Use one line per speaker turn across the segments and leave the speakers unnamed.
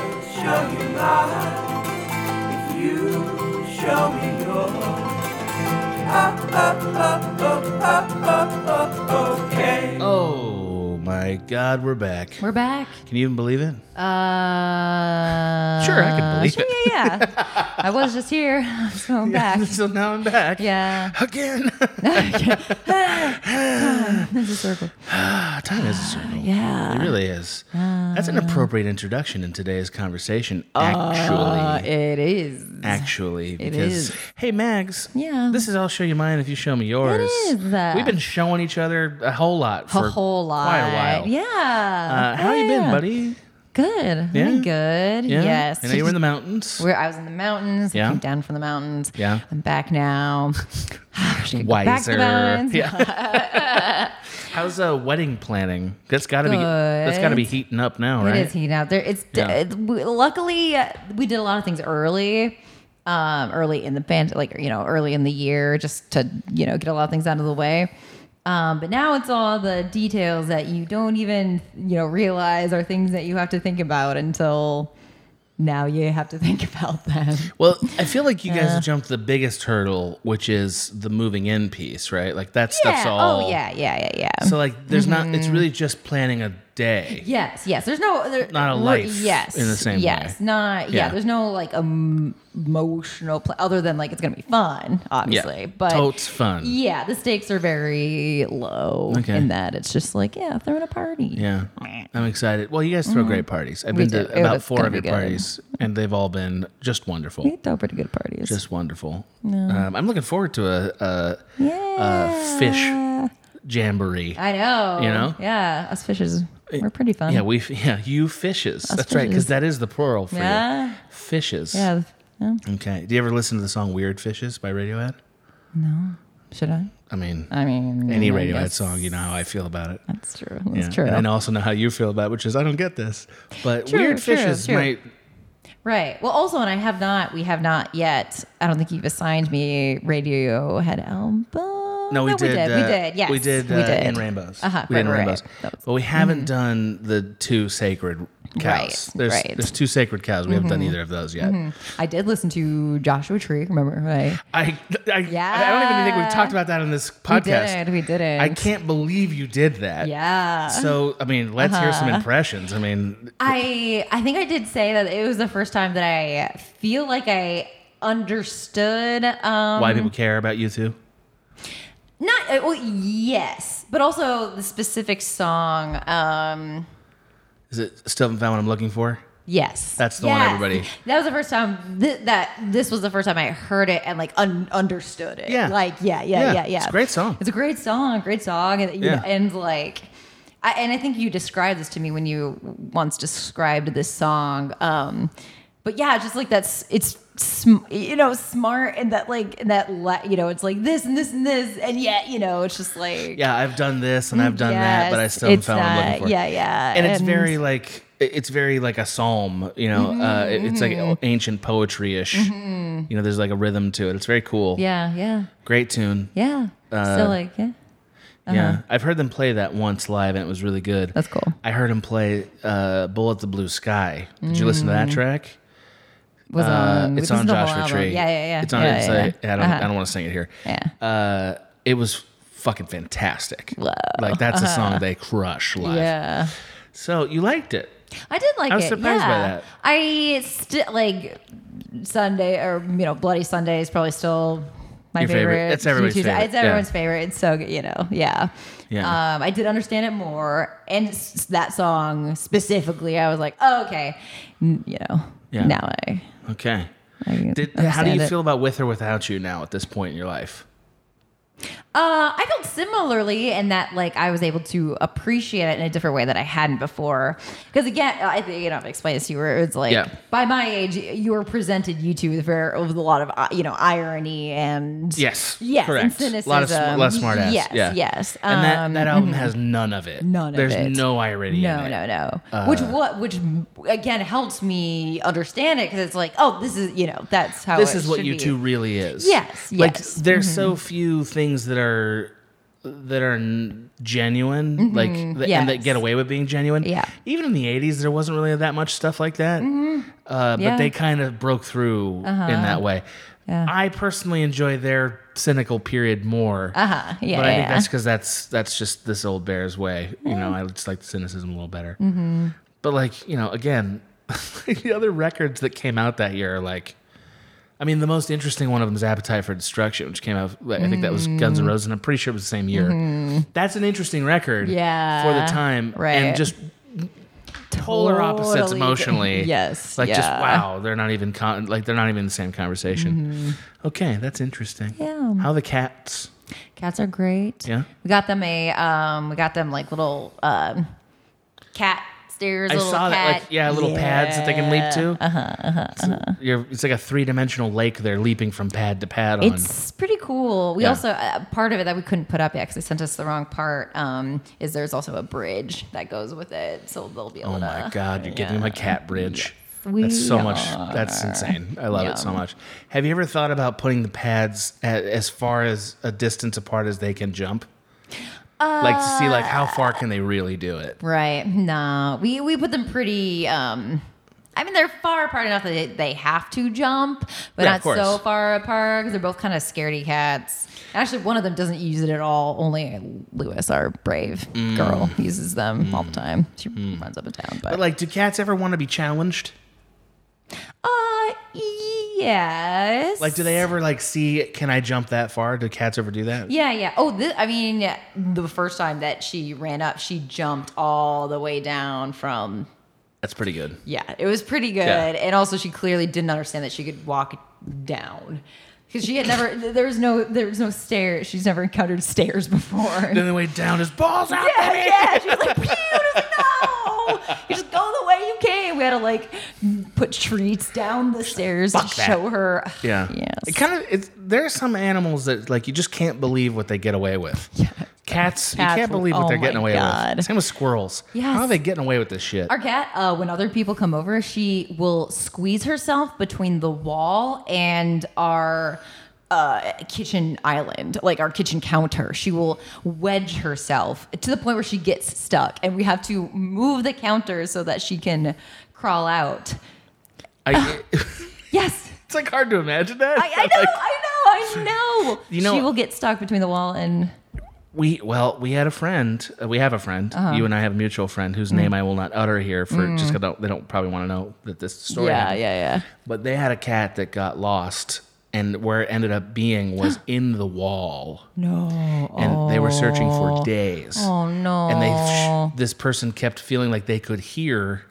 are you mine if you show me your oh, oh, oh, oh, oh, oh, oh, okay?
Oh my God, we're back.
We're back.
Can you even believe it?
Uh,
Sure, I can believe
sure,
it.
Yeah, yeah. I was just here, so I'm back.
so now I'm back.
Yeah.
Again.
It's a circle.
Ah, Time is a circle. It
Yeah.
really is. That's an appropriate introduction in today's conversation.
Uh,
Actually.
it is.
Actually, because
is.
hey Mags,
Yeah.
this is I'll show you mine if you show me yours.
is, uh,
We've been showing each other a whole lot
A
for
whole lot.
quite a while.
Yeah.
Uh, how you been,
Yeah.
buddy?
Good. I've been good.
Yeah?
Yes.
I know you were in the mountains.
Where I was in the mountains. I
Yeah.
came down from the mountains.
Yeah.
I'm back now. Should go Back to
Wiser.
the mountains.
Yeah. How's uh, wedding planning? That's got to be that's got to be heating up now, right?
It is heating out there. It's
Yeah.
it- we- luckily uh, we did a lot of things early, um, early in the band, like you know, early in the year, just to you know get a lot of things out of the way. Um, but now it's all the details that you don't even you know realize are things that you have to think about until now you have to think about them.
Well, I feel like you guys have jumped the biggest hurdle, which is the moving in piece, right? Like that stuff's
yeah.
all.
Oh yeah, Mm-hmm. yeah, yeah, yeah.
So like, there's not. It's really just planning a day.
Yes, yes. There's no there,
Not a
we're-
life
Yes,
in the same
Yes,
way.
not yeah.
Yeah.
There's no like um, emotional play other than like it's gonna be fun, obviously. But
totes fun.
yeah, the stakes are very low
Okay.
in that it's just like yeah, throwing a party.
Yeah, I'm excited. Well, you guys throw great parties. I've
Mm-hmm. We
been
do.
to
It
about
was
four
gonna
of
be
your
good.
parties, and they've all been just
we
wonderful.
throw pretty good parties.
Just wonderful. Um, I'm looking forward to a, a,
yeah,
a uh, fish jamboree.
I know.
You know?
Yeah, us fishes, we're pretty fun.
Yeah, we. Yeah, you fishes. That's right,
fishes.
because that is the plural for
Yeah.
you. Fishes.
yeah. yeah.
Okay. Do you ever listen to the song "Weird Fishes" by Radiohead?
Should I?
I mean,
I mean,
any
Uh, I
Radiohead
guess
song, you know how I feel about it.
That's true. That's
Yeah.
true.
And I also know how you feel about it, which is I don't get this. But
True,
Weird
true,
Fishes
true.
might.
Right. Well, also, and I have not, we have not yet, I don't think you've assigned me Radiohead album.
No, we did.
We did,
uh,
we did. yes.
we did. Uh, in rainbows.
Uh-huh,
we
right,
did in
right,
rainbows.
right. That was- mm-hmm.
But we haven't done the two sacred cows.
Right,
There's
right. Mm-hmm.
there's two sacred cows. We haven't done either of those yet.
I did listen to Joshua Tree, remember, right?
I I, I don't even think we've talked about that in this podcast.
We did, we did it.
I can't believe you did that.
Yeah. Uh-huh.
So I mean, let's hear some impressions. I mean,
I I think I did say that it was the first time that I feel like I understood um
why people care about you two?
not uh, well yes but also the specific song um
Is it still haven't found what I'm looking for?
Yes,
That's the one everybody-
That was the first time th- that this was the first time I heard it and like un- understood it.
Yeah.
like yeah, yeah,
Yeah,
yeah, yeah.
it's a great song.
It's a great song, great song, and, you
Yeah.
know, and like, I, and I think you described this to me when you once described this song. Um, but yeah, just like that's it's sm- you know smart and that like and that la- you know it's like this and this and this and yet you know it's just like
Yeah, I've done this and I've done that, but I
yes,
still haven't
it's
found what I'm
that,
looking for.
Yeah, yeah,
and it's very like it's very like a psalm. You know, uh, it- it's
Mm-hmm,
like ancient poetry ish. You know, there's like a rhythm to it. It's very cool.
yeah, yeah,
Great tune.
yeah.
Uh,
so like yeah.
Yeah, I've heard them play that once live, and it was really good.
Uh-huh. That's cool.
I heard them play uh, "Bullet the Blue Sky." Did you listen to
Mm.
that track?
was
Uh,
on.
it's
this
on
is the whole
Joshua
album.
Tree.
Yeah, yeah, yeah.
It's on.
Yeah,
it's
yeah,
a-
yeah.
I don't.
Uh-huh.
I don't want to sing it here.
Yeah.
Uh, it was fucking fantastic.
Whoa.
Like that's a song they crush live.
Uh-huh. Yeah,
So you liked it.
I did like it.
I was surprised by
yeah.
that.
I still like Sunday or you know Bloody Sunday is probably still my
Your favorite. It's everybody's
Tuesday-
favorite.
It's everyone's
Yeah.
favorite. It's so good, you know. Yeah.
Yeah.
Um, I did understand it more, and s- that song specifically, I was like, oh, okay, N- you know.
Yeah.
Now I.
Okay.
I
Did, how do
understand
you
it.
feel about with or without you now at this point in your life?
Uh, I felt similarly in that like I was able to appreciate it in a different way that I hadn't before. Because again, I think you know I've explained this to you where it's like
Yeah.
by my age you were presented you two with, very, with a lot of uh, you know irony and
Yes.
yes,
Correct.
and cynicism.
A lot of sm- a lot of smart ass.
Yes,
yeah.
yes.
And that,
Um,
that album has none of it.
None of it.
There's no irony. in
no,
it.
no, no.
Uh,
which what which again helps me understand it because it's like oh this is you know that's how
This
it
is what
should
you
be.
two really is.
Yes, Mm-hmm.
Like
yes.
there's so few things that are that are n- genuine, like th- and that
Mm-hmm. yes.
get away with being genuine.
Yeah. Mm-hmm.
Even in the '80s, there wasn't really that much stuff like that. Uh, but
Yeah. Uh-huh.
they kind of broke through in that way.
Yeah.
I personally enjoy their cynical period more.
Uh-huh. Yeah,
But I think
yeah. Mm.
that's because that's that's just this old bear's way. You know, I just like the cynicism a little better.
Mm-hmm.
But like you know, again, the other records that came out that year are like. I mean, the most interesting one of them is Appetite for Destruction, which came out. I think that was Guns N'
Mm.
Roses, and I'm pretty sure it was the same year. That's an interesting record,
Mm-hmm. Yeah,
for the time,
right.
And just polar opposites
Totally.
emotionally.
Yes,
like just
yeah.
wow, they're not even con- like they're not even in the same conversation. Okay, that's interesting.
Mm-hmm. Yeah.
how the cats?
Cats are great.
Yeah.
We got them a um we got them like little um cat stairs.
I
little
saw that,
cat.
like yeah, little pads that they can leap to. Uh huh. It's, you're, it's like a three dimensional lake. They're leaping from pad to pad on.
It's pretty cool. We
Yeah.
also uh, part of it that we couldn't put up yet because they sent us the wrong part. Um, is there's also a bridge that goes with it, so they'll be able
Oh
to.
my god, you're giving him a cat bridge.
we
that's so much.
are.
That's insane. I love it so
Yeah.
much. Have you ever thought about putting the pads at, as far as a distance apart as they can jump? like to see like how far can they really do it?
Right? No, we we put them pretty. Um, I mean, they're far apart enough that they, they have to jump, but
Yeah, of
not so
course.
far apart because they're both kind of scaredy cats. Actually, one of them doesn't use it at all. Only Lewis, our brave
Mm.
girl, uses them all the time. She runs up and down, but,
But Mm. like, do cats ever want to be challenged?
uh, yes.
Like, do they ever like see? Can I jump that far? Do cats ever do that?
Yeah, yeah. Oh, this, I mean, the first time that she ran up, she jumped all the way down from.
That's pretty good.
Yeah, it was pretty good.
Yeah.
And also, she clearly didn't understand that she could walk down because she had never. there was no. There was no stairs. She's never encountered stairs before.
Then the way down is balls out.
Yeah,
baby!
yeah. She was like, "Pew!" I was like, no, you just go the way you came. We had to like put treats down the stairs to
"Fuck that."
show her.
Yeah.
Yes.
It kind of it's there are some animals that like you just can't believe what they get away with. Cats, you
Cats
can't
will-
believe what
oh
they're
my
getting away
God.
with. Same with squirrels.
Yes.
How are they getting away with this shit?
Our cat, uh, when other people come over, she will squeeze herself between the wall and our uh, kitchen island, like our kitchen counter. She will wedge herself to the point where she gets stuck, and we have to move the counter so that she can crawl out.
I,
Yes.
it's like hard to imagine that.
I, I know,
Like,
I know, I know.
You know-
she will get stuck between the wall and
we well, we had a friend. uh, we have a friend.
Uh-huh.
You and I have a mutual friend whose name
Mm.
I will not utter here for just because they don't probably want to know that this story.
yeah,
happened.
yeah, yeah.
But they had a cat that got lost, and where it ended up being was in the wall.
No.
and they were searching for days.
Oh, no.
And they sh- this person kept feeling like they could hear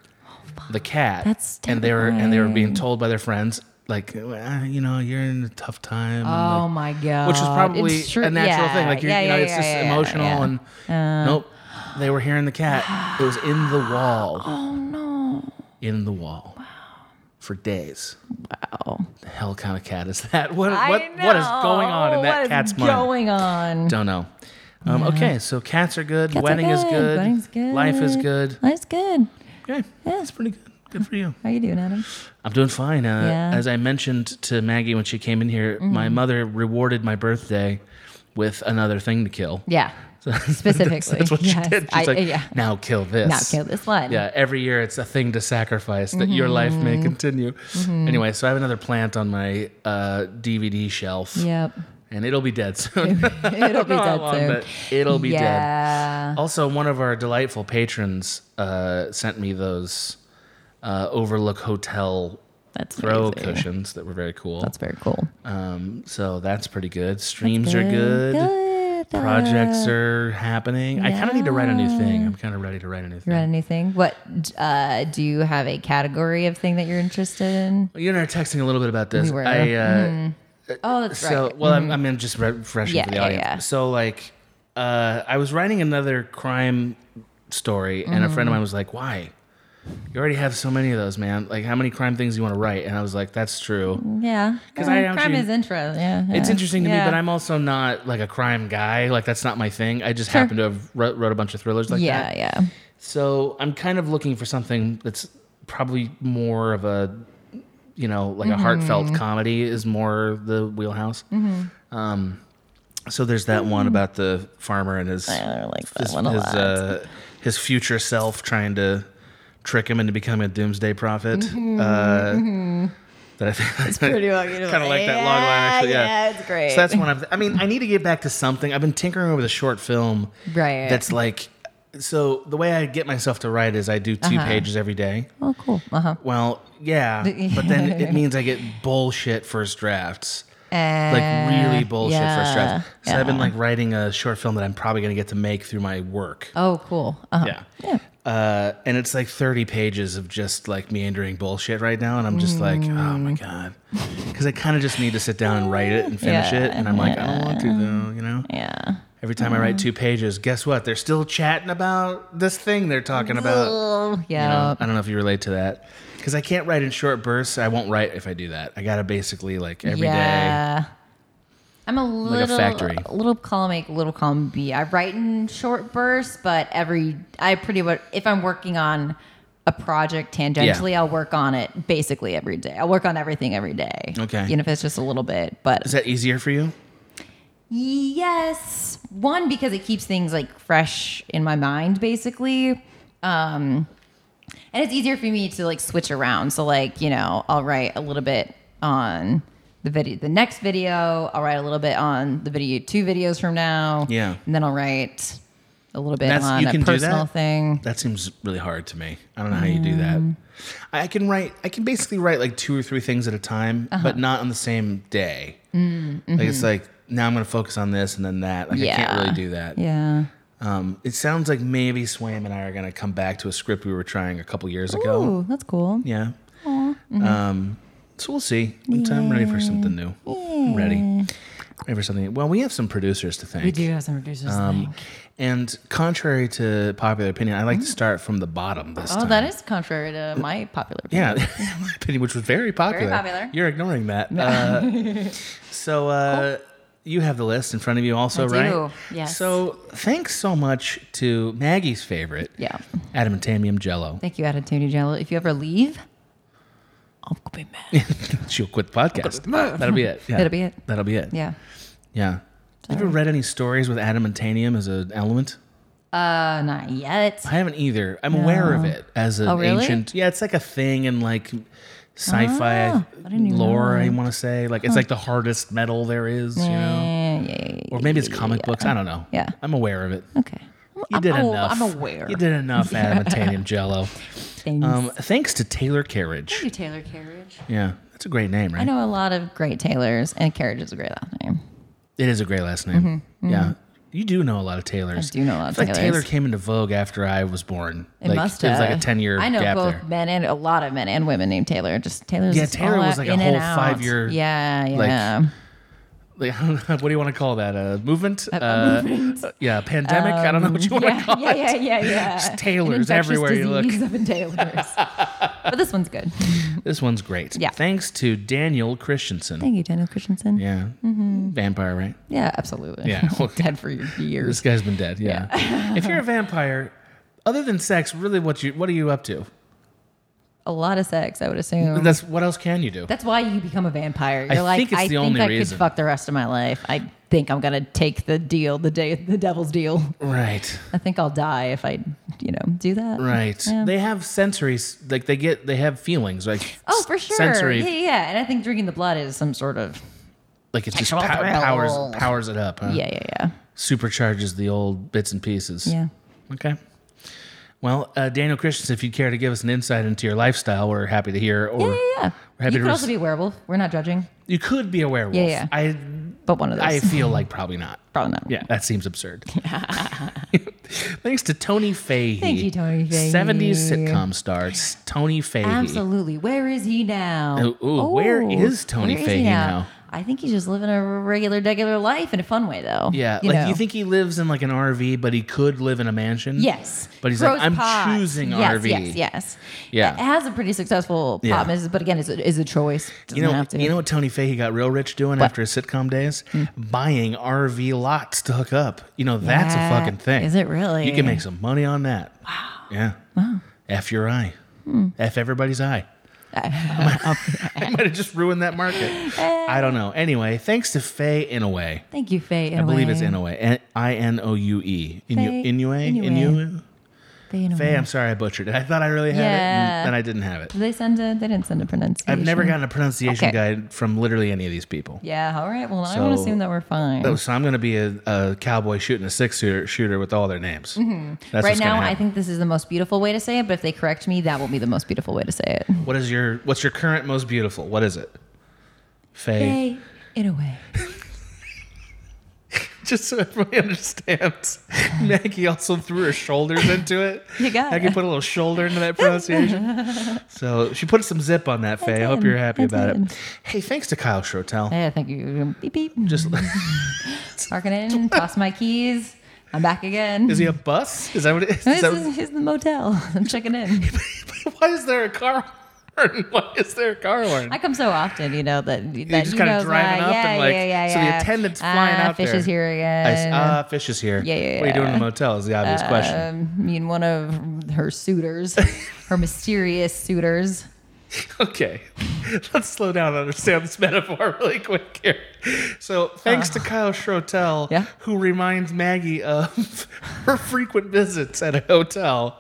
the cat.
That's
and they were and they were being told by their friends like "Ah, you know you're in a tough time. and, like,
Oh my god.
Mm. which is probably
It's true-
a natural
yeah,
thing. Like you're,
yeah,
you know,
yeah,
it's
yeah,
just
yeah, yeah,
emotional
yeah. Uh.
and nope. They were hearing the cat. It was in the wall. Oh no. In the wall. Wow. For days.
Wow.
The hell kind of cat is that? What
I
what what is
know.
going on in that
What is
cat's mind?
Going on.
Don't know. Um, Okay, so cats are good.
Cats are
Wedding is
good,
good.
wedding's good.
Life is good.
That's good.
Okay, that's pretty good. Good for you.
How you doing, Adam?
I'm doing fine. Uh,
Yeah.
As I mentioned to Maggie when she came in here, my mother rewarded my birthday with another thing to kill.
Yeah. Specifically.
That's what
Yes.
she did. She's
I-
like,
yeah.
now kill this. Mm-hmm.
Now kill this one.
Yeah, every year it's a thing to sacrifice that your life may continue. Anyway, so I have another plant on my uh, DVD shelf.
Yep.
And it'll be dead soon.
It'll be
Not
dead
long,
soon.
but it'll be dead.
yeah.
Also, one of our delightful patrons uh, sent me those uh, Overlook Hotel
That's
throw
amazing.
cushions that were very cool.
That's very cool.
um, so that's pretty good. Streams are good.
Good. Uh,
Projects are happening. I kind of need to write a new thing. I'm kind of ready to write a new
you got
thing.
anything? What uh, do you have a category of thing that you're interested in?
Well, You and I are texting a little bit about this.
We were.
I, uh,
Oh, that's right.
So, well, I'm, I'm in just refreshing
Yeah,
for the
yeah,
audience.
yeah.
So, like, uh, I was writing another crime story, and a
Mm-hmm.
friend of mine was like, "Why? You already have so many of those, man. Like, how many crime things do you want to write?" And I was like, "That's true.
yeah.
'Cause
Yeah,
I don't
crime
you-
is interest. Yeah.
It's
yeah.
interesting to
Yeah.
me, but I'm also not like a crime guy. Like, that's not my thing. I just
Sure.
happen to have wrote, wrote a bunch of thrillers like
yeah,
that.
yeah.
So I'm kind of looking for something that's probably more of a,
Mm-hmm.
you know, like a heartfelt comedy is more the wheelhouse. Um, So there's that one about the farmer and his
Mm-hmm. I really like that
his,
one a
his,
lot.
uh, his future self trying to trick him into becoming a doomsday prophet.
Mm-hmm.
uh, That I think it's
pretty fucking
kind of like that
funny.
log line.
Yeah,
Actually, yeah,
yeah, it's great.
So that's one. I'm. I mean, I need to get back to something. I've been tinkering over the short film.
Right.
That's like. So the way I get myself to write is I do 2
Uh-huh.
pages every day.
Oh, cool. Uh huh.
Well, yeah, but then it means I get bullshit first drafts. Like
Eh,
really bullshit first drafts. So I've been like writing a short film that I'm probably going to get to make through my work.
Oh, cool. Uh-huh.
Yeah.
Yeah.
Uh, and it's like 30 pages of just like meandering bullshit right now. And I'm just like, oh
Mm.
my God. Because I kind of just need to sit down and write it and finish
Yeah.
it. And I'm like, I don't want to though, you know?
Yeah.
Every time I write two pages, guess what? They're still chatting about this thing they're talking about.
Ugh,
You know,
yeah.
I don't know if you relate to that because I can't write in short bursts. I won't write if I do that. I gotta basically like every day.
yeah. I'm a
a
little
factory.
little column A, little column B. I write in short bursts, but every I pretty much if I'm working on a project tangentially, I'll work on it basically every day. I'll work on everything every day.
Okay.
Even if it's just a little bit, but
Is that easier for you?
Yes. One, because it keeps things like fresh in my mind, basically. Um, and it's easier for me to like switch around. So like, you know, I'll write a little bit on the video the next video, I'll write a little bit on the video two videos from now.
Yeah.
And then I'll write a little bit
That's-
on
you
a
can do
personal
that?
thing.
That seems really hard to me. I don't know how you do that.
Mm.
I I can write. I can basically write like two or three things at a time,
Uh-huh.
but not on the same day.
Mm,
Like it's like now I'm gonna focus on this and then that. Like I can't
mm-hmm. Yeah.
really do that.
Yeah.
Um, it sounds like maybe Swam and I are gonna come back to a script we were trying a couple years ago.
Ooh, mm-hmm. that's cool.
Yeah. Um, so we'll see. I'm, I'm ready for something new. I'm ready. Ready for something. Well, we have some producers to thank.
We do have some producers.
Um, and contrary to popular opinion, I like to start from the bottom this
Mm. oh,
time.
that is contrary to my popular opinion.
Yeah, my opinion, which was very popular.
popular.
You're ignoring that. Uh, so uh, you have the list in front of you, also,
I
right?
do, yes.
So thanks so much to Maggie's favorite,
Yeah.
Adam and Tamium Jello.
Thank you, Attitude General. If you ever leave, I'll be mad.
She'll quit the podcast. That'll be it. Yeah.
That'll be it.
That'll be it.
Yeah.
Yeah. Have you read any stories with adamantanium as an element?
Uh, not yet.
I haven't either. I'm aware of it as an
Oh, really?
ancient. Yeah, it's like a thing in like sci-fi
Ah, I didn't even
lore.
know
I want to say like it's like the hardest metal there is. You know,
Yeah, yeah, yeah,
or maybe it's comic books. I don't know.
Yeah.
I'm aware of it.
Okay.
You did
I'm,
enough.
I'm aware.
You did enough adamantanium jello.
Thanks.
Um, thanks to Taylor Carriage.
you, Taylor Carriage.
Yeah, that's a great name, right?
I know a lot of great Taylors, and Carriage is a great last name.
It is a great last name. Yeah. You do know a lot of Taylors.
Mm-hmm, I do know a lot of
It's like Taylor
Taylors.
came into vogue after I was born.
It
like,
must
It
have.
was like a 10 year
I know
gap
both
there.
men and a lot of men and women named Taylor. Just Taylor's.
Yeah,
just
Taylor
all
was like a
in and
whole
out.
five-year,
Yeah,
like,
yeah.
Like, I don't know, what do you want to call that? A movement? Uh, yeah, pandemic? I don't know what you want
Um, yeah,
to call
yeah,
it.
yeah, yeah, yeah.
Just
An
Taylors
infectious
everywhere you look.
disease Up in Taylors. but this one's good.
This one's great.
Yeah.
Thanks to Daniel Christensen.
Thank Mm-hmm. you, Daniel Christensen. Yeah,
yeah. Vampire, right?
absolutely.
Yeah.
Dead for years.
This guy's been dead. Yeah. if you're a vampire, other than sex, really, what you what are you up to?
a lot of sex, I would assume. That's,
That's what else can you do?
why you become a vampire. You're like,
think it's
I
the
think
only
I
reason."
could fuck the rest of my life. I think I'm gonna take the deal, the day, the devil's deal.
right.
I think I'll die if I, you know, do that.
Right.
Yeah.
They have sensory, like they get, they have feelings, like
Oh,
s-
for sure.
sensory,
Yeah, yeah. And I think drinking the blood is some sort of.
like it just
Sexual
pow-
thrill.
powers powers it up. Huh?
Yeah, yeah, yeah,
supercharges the old bits and pieces.
yeah.
Okay. Well, uh, Daniel Christensen, if you'd care to give us an insight into your lifestyle, we're happy to hear. Or
Yeah, yeah,
we're
yeah.
happy
You
to
could
rec-
also be a werewolf. We're not judging,
you could be a werewolf.
Yeah, yeah.
I
but one of those.
I feel like probably not.
Probably not.
Yeah, that seems absurd. Thanks to Tony Fahey.
Thank you, Tony Fahey.
70s sitcom star, s- Tony Fahey.
Absolutely. Where is he now?
Ooh, ooh, where is Tony
where is he
Fahey now?
I think he's just living a regular, regular life in a fun way, though.
Yeah, like
know.
you think he lives in like an RV, but he could live in a mansion.
Yes.
Mm-hmm. but he's
Grows
like, I'm
pots.
choosing
yes,
RV.
Yes, yes.
Yeah.
It has a pretty successful
Yeah.
pop business, but again, it's a, it's a choice. Doesn't
You know,
have to. Hmm.
you know what Tony Fahey got real rich doing after his sitcom days? Buying RV lots to hook up. You know, that's
Yeah.
a fucking thing.
Is it really?
You can
Hmm.
make some money on that. Wow. Yeah. Wow. F your eye. F everybody's eye. I might have just ruined that market.
Eh.
I don't know. Anyway, thanks to Faye Inouye.
Thank you, Faye.
I believe it's Inoue. I N O U E. Inu-
Faye
Inoue? Inoue?
Inoue.
Faye, I'm sorry I butchered it. I thought I really had it,
Yeah.
and then I didn't have it.
Did they send a? They didn't send a pronunciation.
I've never gotten a pronunciation
Okay.
guide from literally any of these people.
Yeah. All right. Well, I won't
So-
assume that we're fine.
Oh, So I'm going to be a, a cowboy shooting a six shooter, shooter with all their names. That's
Mm-hmm. right
what's gonna
now, I
happen.
think this is the most beautiful way to say it. But if they correct me, that will be the most beautiful way to say it.
What is your What's your current most beautiful? What is it? Faye.
Faye Inouye.
Just so everybody understands, Maggie also threw her shoulders into it.
You got
Maggie
it.
put a little shoulder into that pronunciation. so she put some zip on that, Faye. I, hope
did.
you're happy
I
about
did.
it. Hey, thanks to Kyle Schrotel.
Hey, I think you. Beep beep.
Just
Parking in. toss my keys. I'm back again.
is he a bus? Is that what it is?
This
Is that-
is, is the motel. I'm checking in.
why is there a car horn? Why is there a car horn?
I come so often, you know that, that
just
you
kinda
know,
driving
like,
up
yeah,
and, like,
yeah, yeah,
so the
yeah.
attendant's flying
Ah,
out
fish
there.
is here
I s-
again.
ah, fish is here.
Yeah, yeah,
What are you doing in
yeah.
the motel? Is the obvious question.
Um, me and one of her suitors, her mysterious suitors.
Okay, let's slow down and understand this metaphor really quick here. So, thanks to Kyle Schrotel,
Uh. Yeah.
who reminds Maggie of her frequent visits at a hotel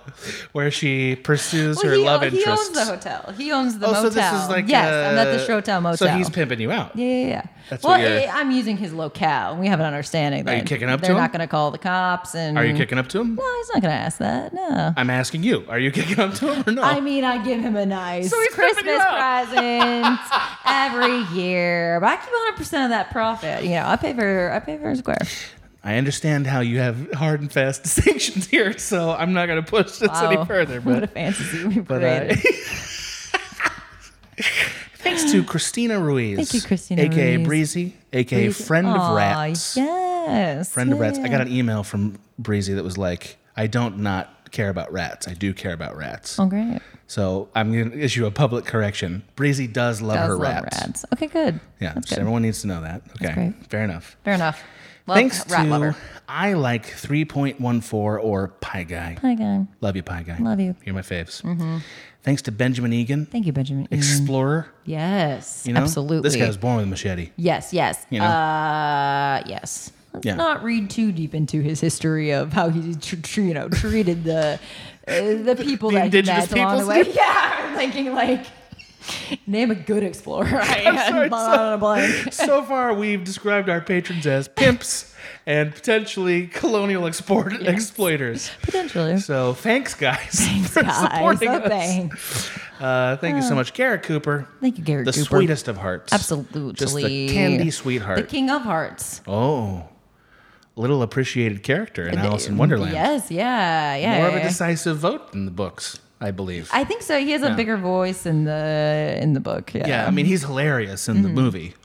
where she pursues her love
he, he
interests.
owns the hotel. He owns the
oh,
motel.
so this is like
yes, I'm at
uh,
the Shrotel Motel.
So he's pimping you out.
yeah, yeah, yeah.
That's
well,
what you're-
eh, I'm using his locale. and We have an understanding that
you kicking up to
they're
him?
not going to call the cops. And
Are you kicking up to him?
No, he's not going to ask that. No.
I'm asking you. Are you kicking up to him or no?
I mean, I give him a nice
Oh. So he's
Christmas
ripping you up.
present every year, but I keep 100 percent of that profit. You know, I pay for I pay for a square.
I understand how you have hard and fast distinctions here, so I'm not going to push this any
Wow.
further.
Oh, what a
But,
fantasy we
but uh,
created.
thanks to Christina Ruiz,
Thank you, Christina
aka
Ruiz.
Breezy, aka friend
Aw,
of rats,
Yes.
friend of rats. I got
yeah.
an email from Breezy that was like, "I don't not care about rats. I do care about rats."
Oh, great.
So I'm going to issue a public correction. Breezy does love
Does
her
love
rats.
rats. Okay, good.
Yeah,
That's
just
good.
everyone needs to know that. Okay,
great.
fair enough.
Fair enough. Love,
Thanks
rat
to
lover.
I like 3.14 or Pie Guy.
Hi, guy.
Love you, Pie Guy.
Love you.
You're my faves. Thanks to Benjamin Egan,
Thank you, Benjamin.
explorer.
Yes.
You know,
absolutely.
This guy was born with a machete.
Yes, yes.
You know?
Uh, yes. Let's
Yeah.
not read too deep into his history of how he tr- tr- you know treated the uh, the people
The
that he
indigenous
met along the
peoples?
way. Yeah, I'm thinking like name a good explorer. I am
sorry,
blah, blah, blah, blah.
so far, we've described our patrons as pimps and potentially colonial export- exploiters.
Potentially.
So thanks, guys, for
Guys,
supporting
oh,
us.
thanks.
Uh, thank you so much, Garrett Cooper.
Thank you, Gary
the
Cooper.
sweetest of hearts.
Absolutely.
Just the candy sweetheart.
The king of hearts.
Oh, little appreciated character in Alice in Wonderland.
Yes, yeah, yeah.
More of a
yeah.
decisive vote in the books, I believe.
I think so. He has
Yeah.
a bigger voice in the in the book. Yeah.
yeah, I mean, he's hilarious in the movie. You know,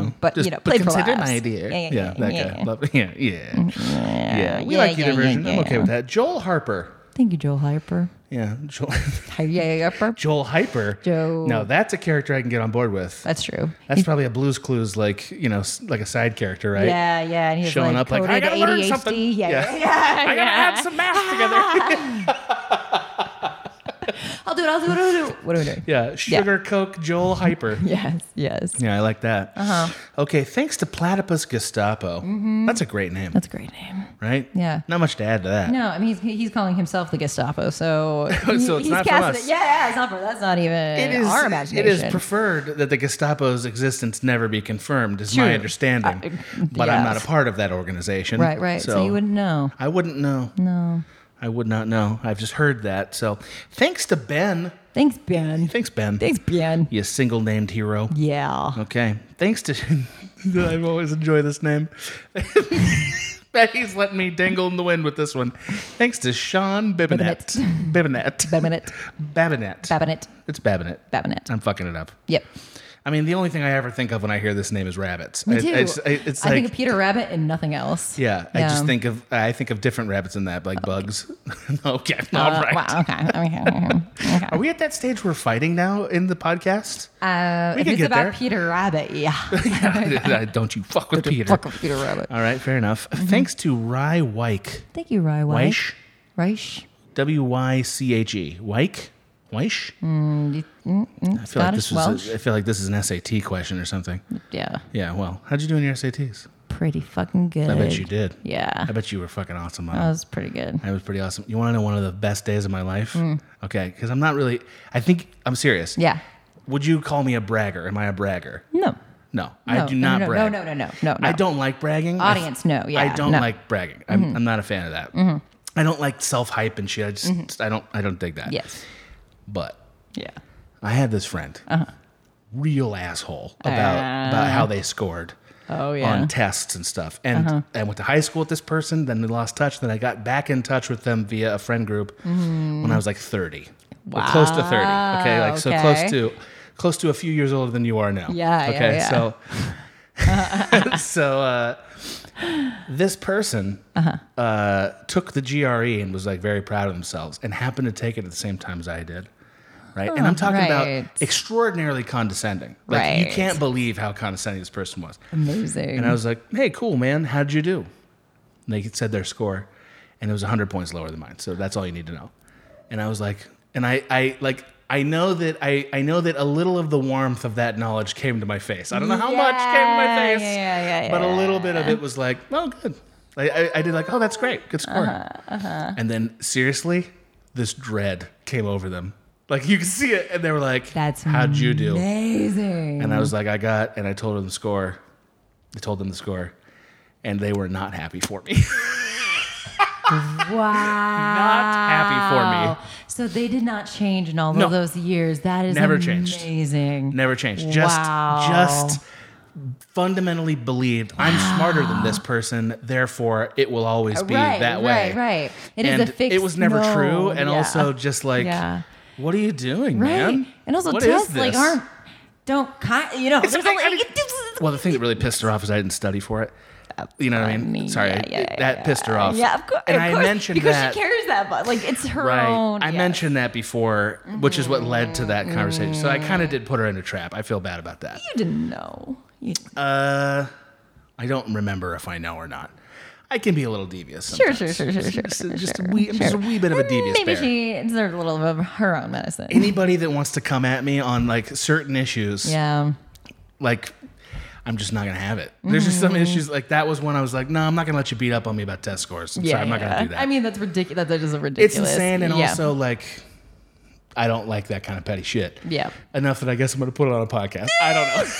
Mm-hmm. But, you know, play for
consider
laughs.
my dear.
Yeah, yeah,
Yeah,
yeah,
that
yeah, Mm-hmm.
guy.
yeah.
Love- Yeah, yeah, yeah. We
yeah,
like either
yeah,
version.
yeah,
I'm
yeah.
okay with that. Joel Harper.
Thank you, Joel Harper.
Yeah, Joel,
Hi- Yeah, yeah, yeah.
Joel Hyper.
Joe-
No, that's a character I can get on board with.
That's true.
That's probably a Blue's Clues, like you know, s- like a side character, right?
Yeah, yeah. And he's
Showing
like,
up like,
coded
"I gotta
ADHD.
learn something."
Yeah,
Yeah.
yeah, yeah.
I gotta
yeah.
add some math together.
I'll do it. I'll do it. I'll do it. What are we doing?
Yeah, Sugar Coke Joel Hyper.
Yes, yes.
Yeah, I like that. Uh-huh. Okay, thanks to Platypus Gestapo. That's a great name,
That's a great name.
right?
Mm-hmm. Yeah.
Not much to add to that.
No, I mean he's, he's calling himself the Gestapo, so, he-
So it's
he's
not from
casted
us.
It. Yeah, yeah, it's not for that's not even
It is,
our imagination.
it is preferred that the Gestapo's existence never be confirmed, is my
Sure.
understanding.
I-
but I'm not a
yes.
part of that organization.
right, right. So, you wouldn't know.
I wouldn't know.
No,
I would not know. I've just heard that. So thanks to Ben.
thanks, Ben.
Thanks, Ben.
Thanks, Ben.
You single named hero.
Yeah.
Okay. Thanks to. I always enjoy this name. Becky's letting me dangle in the wind with this one. Thanks to Sean Bibinet. Bibinet.
Babinet,
Babinet.
Babinet,
It's Babinet.
Babinet.
I'm fucking it up.
Yep.
I mean, the only thing I ever think of when I hear this name is rabbits.
Me
I,
too.
I just- I- it's
I
like,
think of Peter Rabbit and nothing else.
yeah, I just think of I think of different rabbits in that, like bugs. okay, all
Uh,
right.
Wow. Okay. Okay. okay.
Are we at that stage we're fighting now in the podcast?
Uh,
We
if
could
it's
get
about
there.
Peter Rabbit, yeah.
Don't you fuck with Peter.
Fuck with Peter Mm-hmm. Rabbit.
All right, fair enough. Thanks to Rye Wyke.
Thank you, Rye Weish.
Wyche.
Weish.
W Y C H E. Wyke? Weish?
Mm,
I feel like
Scottish,
this was.
Welsh? Mm.
A, I feel like this is an SAT question or something.
yeah,
Yeah. Well, how'd you do in your SATs?
pretty fucking good.
I bet you did.
Yeah, Uh,
I bet you were fucking awesome on
that
it.
was pretty good.
That was pretty awesome. You want to know one of the best days of my life? Okay, because I'm not really. I think I'm serious.
Mm. Yeah,
Would you call me a bragger? Am I a bragger?
no,
No,
no,
I do
no,
not
no, no,
brag.
No, no, no, no, no, no.
I don't like bragging. I f-
Audience, no. Yeah,
I don't
no. Mm-hmm.
like bragging. I'm, I'm not a fan of that. I don't like self hype and shit. I just I don't I don't dig that.
Mm-hmm. Yes.
But
Yeah.
I had this friend,
Uh-huh.
real asshole
Uh.
about about how they scored
Oh yeah. Uh-huh.
on tests and stuff. And I went to high school with this person. Then we lost touch. Then I got back in touch with them via a friend group when I was like 30, Well, close to 30. Okay, like so
Mm-hmm. okay.
close to close to a few years older than you are now.
Yeah, yeah,
Okay, so.
yeah.
so uh, this person
Uh-huh.
uh took the GRE and was like very proud of themselves and happened to take it at the same time as I did. Right. and I'm talking
Oh, right.
about extraordinarily condescending. Like you
Right.
can't believe how condescending this person was.
Amazing.
And I was like, hey, cool, man. How'd you do? And they said their score, and it was 100 points lower than mine. So that's all you need to know. And I was like, and I, I like, I know that I, I know that a little of the warmth of that knowledge came to my face. I don't know how much came to my
Yeah,
face,
yeah, yeah, yeah,
but a little
yeah.
bit of it was like, oh, good. I, I, I did like, oh, that's great, good score.
Uh-huh,
And then seriously, this dread came over them. Like you could see it, and they were like,
That's
how'd you do?"
Amazing.
And I was like, I got, and I told them the score. I told them the score, and they were not happy for me.
Wow.
happy for
So they did not change in all
No.
of those years. That is
Never changed.
amazing.
Never changed. Just,
Wow.
just fundamentally believed I'm smarter than this person. Therefore, it will always be
right,
that way.
Right, right. It is
and
a fixed
it was never
mode.
true. And
Yeah.
also, just like,
Yeah.
what are you doing,
right.
man?
And also
What is
tests like
this?
aren't don't kind you know,
It's-
there's
I-
only
I mean- Well, the thing that really pissed her off is I didn't study for it. You know what I mean? Sorry,
Uh, yeah, yeah,
that
yeah.
pissed her off.
Yeah, of course.
And
of
I
course,
mentioned
because
that
she carries that, but like it's her
Right.
own.
I
yeah.
mentioned that before, which is what led to
Mm-hmm.
that conversation. So I kind of did put her in a trap. I feel bad about that.
you didn't know. You,
Uh, I don't remember if I know or not. I can be a little devious.
sure,
Sometimes.
sure, sure, sure, sure.
Just,
sure,
just
sure,
a wee, just a
sure.
wee bit of a
Mm,
devious
Maybe
bear.
she deserved a little bit of her own medicine.
Anybody that wants to come at me on like certain issues,
yeah.
like I'm just not gonna have it. There's just
Mm-hmm.
some issues like that was when I was like, no, I'm not gonna let you beat up on me about test scores. I'm
Yeah,
sorry, I'm not
yeah.
gonna do that.
I mean, that's ridiculous. That is ridiculous.
it's insane, and
yeah.
also like, I don't like that kind of petty shit.
yeah,
Enough that I guess I'm gonna put it on a podcast. I don't know.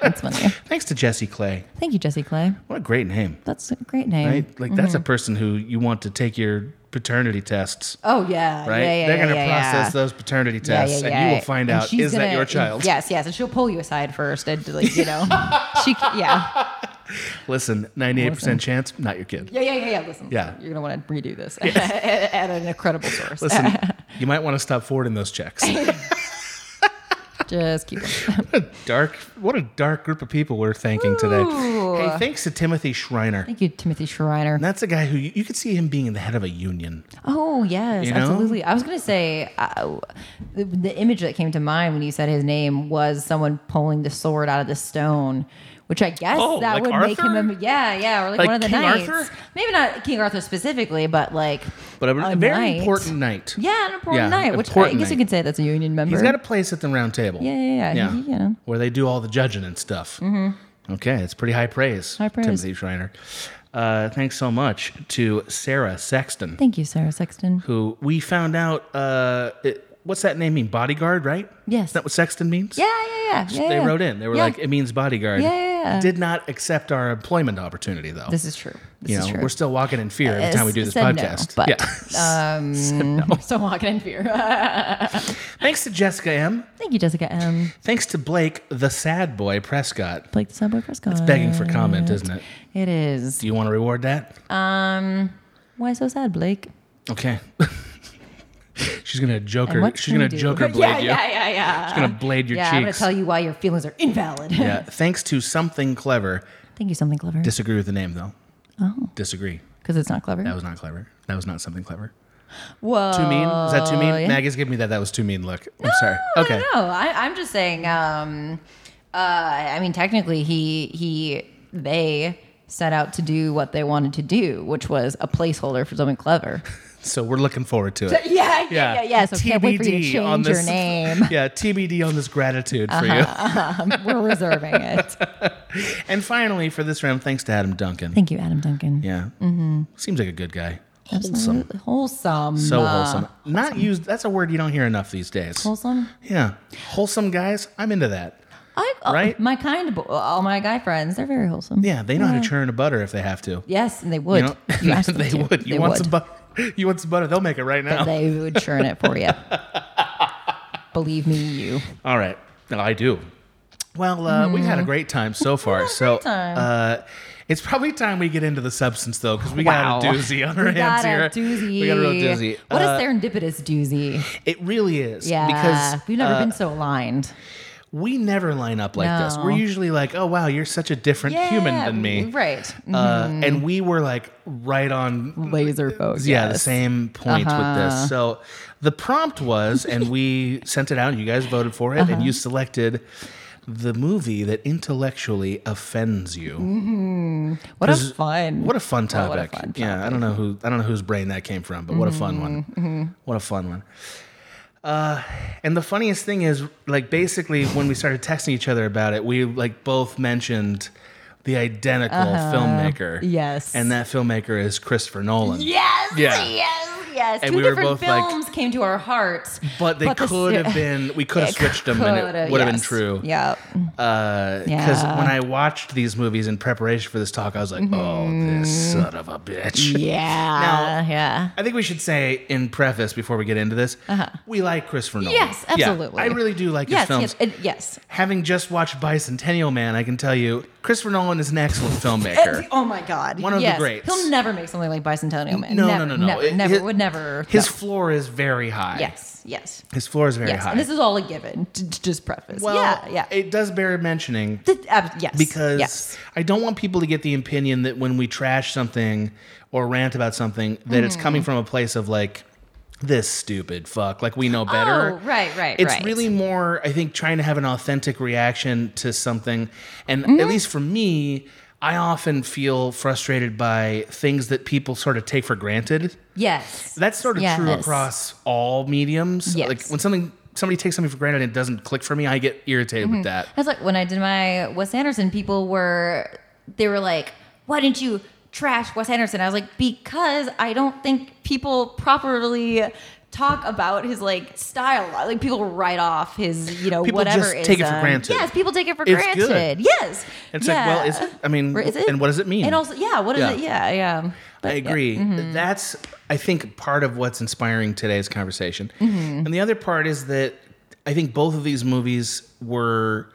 that's funny.
Thanks to Jesse Clay.
Thank you, Jesse Clay.
What a great name,
That's a great name.
right? Like that's
Mm-hmm.
a person who you want to take your paternity tests,
Oh yeah,
right?
Yeah, yeah,
They're
yeah,
going to
yeah,
process
yeah.
those paternity
Yeah,
tests,
yeah,
and
yeah.
you will find
And
out
she's
is that
gonna-
your child?
Yes, yes, and she'll pull you aside first, and like you know, she yeah,
Listen, ninety-eight percent chance, not your kid.
yeah, yeah, yeah, yeah. Listen,
Yeah.
you're gonna want to redo this at, an incredible source.
Listen, you might want to stop forwarding those checks.
Just keep going.
dark, what a dark group of people we're thanking today.
Ooh.
Hey, thanks to Timothy Schreiner.
Thank you, Timothy Schreiner.
And that's a guy who you, you could see him being the head of a union.
Oh yes,
You know?
absolutely. I was gonna say uh, the, the image that came to mind when you said his name was someone pulling the sword out of the stone, which I guess
Oh,
that
like
would make him.
Arthur?
A, yeah, yeah, or like,
Like
one of the
King
knights.
Arthur?
Maybe not King Arthur specifically, but like
But a,
A
very
knight.
important night.
yeah, an important
Yeah,
knight. Which I
important
guess you
knight.
could say that's a union member.
He's got a place at the round table.
yeah, yeah, yeah. He- you know.
Where they do all the judging and stuff. Okay, it's pretty high praise.
High praise.
Timothy Schreiner. Uh, thanks so much to Sarah Sexton,
Thank you, Sarah Sexton.
who we found out. Uh, it, what's that name mean? Bodyguard, right?
Yes.
Is that what Sexton means?
Yeah, yeah, yeah. yeah
They
yeah.
wrote in. They were
Yeah.
like, it means bodyguard.
Yeah, yeah, yeah.
Did not accept our employment opportunity, though.
"This is true. This
you
is
know,
true."
we're still walking in fear every
Uh,
time we do this
said no,
podcast.
but,
yeah.
um, still walking in fear.
Thanks to Jessica M.
Thank you, Jessica M.
Thanks to Blake, the sad boy Prescott.
Blake the Subway Prescott. It's
Begging for comment, isn't it?
It is.
Do you want to reward that?
Um, why so sad, Blake?
Okay. she's gonna
And
joker.
what
She's
can we
gonna
do?
joker blade
yeah,
you.
Yeah, yeah, yeah.
She's gonna blade your
yeah, I'm gonna
cheeks.
tell you why your feelings are invalid.
yeah. Thanks to something clever.
Thank you, something clever.
Disagree with the name though. Oh. Disagree.
Because it's not clever.
That was not clever. That was not something clever.
Whoa.
Too mean? Is that too mean?
Oh, yeah.
Maggie's giving me that. That was too mean. Look. I'm sorry.
No,
Okay.
No, no. I, I'm just saying. Um, uh, I mean, technically, he he they set out to do what they wanted to do, which was a placeholder for something clever.
So we're looking forward to it.
yeah, yeah,
Yeah.
yeah, yeah. So can't wait for you to
TBD on
change your
this-
name. Uh-huh.
Yeah, TBD on this gratitude for
We're reserving it.
you. And finally, for this round, thanks to Adam Duncan.
Thank you, Adam Duncan.
yeah, mm-hmm. seems like a good guy. Wholesome,
Absolutely. Wholesome.
so
Uh,
wholesome. Not used. That's a word you don't hear enough these days.
Wholesome.
Yeah, wholesome guys. I'm into that.
I, uh,
Right?
My kind, bo- all my guy friends, they're very wholesome.
Yeah, they know how to churn a butter if they have to.
Yes, and they would. You,
You know,
asked them
they
to.
would. You
They
want
would.
some butter? You want some butter? They'll make it right now.
They would churn it for you. Believe me, you.
All right. No, I do. Well, uh, we've had a great time so far.
Mm. had a
so
great time.
Uh, it's probably time we get into the substance, though, because we got a
Wow.
doozy on our
We
hands
got a
here.
doozy.
We got a real doozy.
What a
Uh,
serendipitous doozy.
it really is.
Yeah.
Because
we've never
uh,
been so aligned.
we never line up like this.
No.
We're usually like, oh, wow, you're such a different human than me.
Right.
Uh,
Mm-hmm.
and we were like right on
Laser focus.
yeah the same point with
Uh-huh.
this so the prompt was and we sent it out and you guys voted for it
Uh-huh.
and you selected the movie that intellectually offends you
What a
Pres-
fun.
what a fun topic
Mm-hmm. Oh, what a fun
yeah i don't know who i don't know whose brain that came from but what a fun one
Mm-hmm.
what a fun one uh, and the funniest thing is like basically when we started texting each other about it we like both mentioned the identical filmmaker
Uh-huh. Yes.
and that filmmaker is christopher nolan
Yes.
Yeah.
Yes. Yes.
And
Two
we were
different
both like-
films came to our hearts.
But they
But the
could
ser-
have been. We could have switched them, and it
Coulda-
would have been
yes.
true.
Yeah.
Because
Yeah. Mm-hmm.
when I watched these movies in preparation for this talk, I was like, "Oh, this son of a bitch."
Yeah. yeah.
I think we should say in preface before we get into this, we like Christopher Nolan.
Uh-huh. Yes,
Yeah,
absolutely.
I really do like his
Yes.
films.
Yes. it- yes.
Having just watched Bicentennial Man, I can tell you Christopher Nolan is an excellent filmmaker.
Oh my God.
One of the
yes.
greats.
He'll never make something like Bicentennial Man.
No, no,
never,
no, no.
Never,
It-
never
his-
would never.
His
no.
floor is very high.
Yes. Yes.
His floor is very
Yes.
high.
And this is all a given. j- j- Just preface.
well,
yeah. Yeah.
It does bear mentioning
Th- ab- yes.
because
yes.
I don't want people to get the opinion that when we trash something or rant about something that it's
Mm.
coming from a place of like this stupid fuck like we know better.
Oh, right, right,
It's
right.
really more I think trying to have an authentic reaction to something and
Mm-hmm.
at least for me I often feel frustrated by things that people sort of take for granted.
Yes.
That's sort of true
Yes.
across all mediums.
Yes.
Like when something somebody takes something for granted and it doesn't click for me, I get irritated
Mm-hmm.
with that.
That's like when I did my Wes Anderson, people were, they were like, why didn't you trash Wes Anderson? I was like, because I don't think people properly talk about his like style. Like people write off his, you know,
People
whatever.
just take it for
ism.
granted.
Yes, people take it for
It's
granted.
good.
Yes.
It's like, well, is it- I mean,
Or
and what does it mean?
And also, yeah, what is
Yeah.
it? Yeah, yeah. But,
I
yeah. Mm-hmm.
agree. That's, I think, part of what's inspiring today's conversation.
Mm-hmm.
And the other part is that I think both of these movies were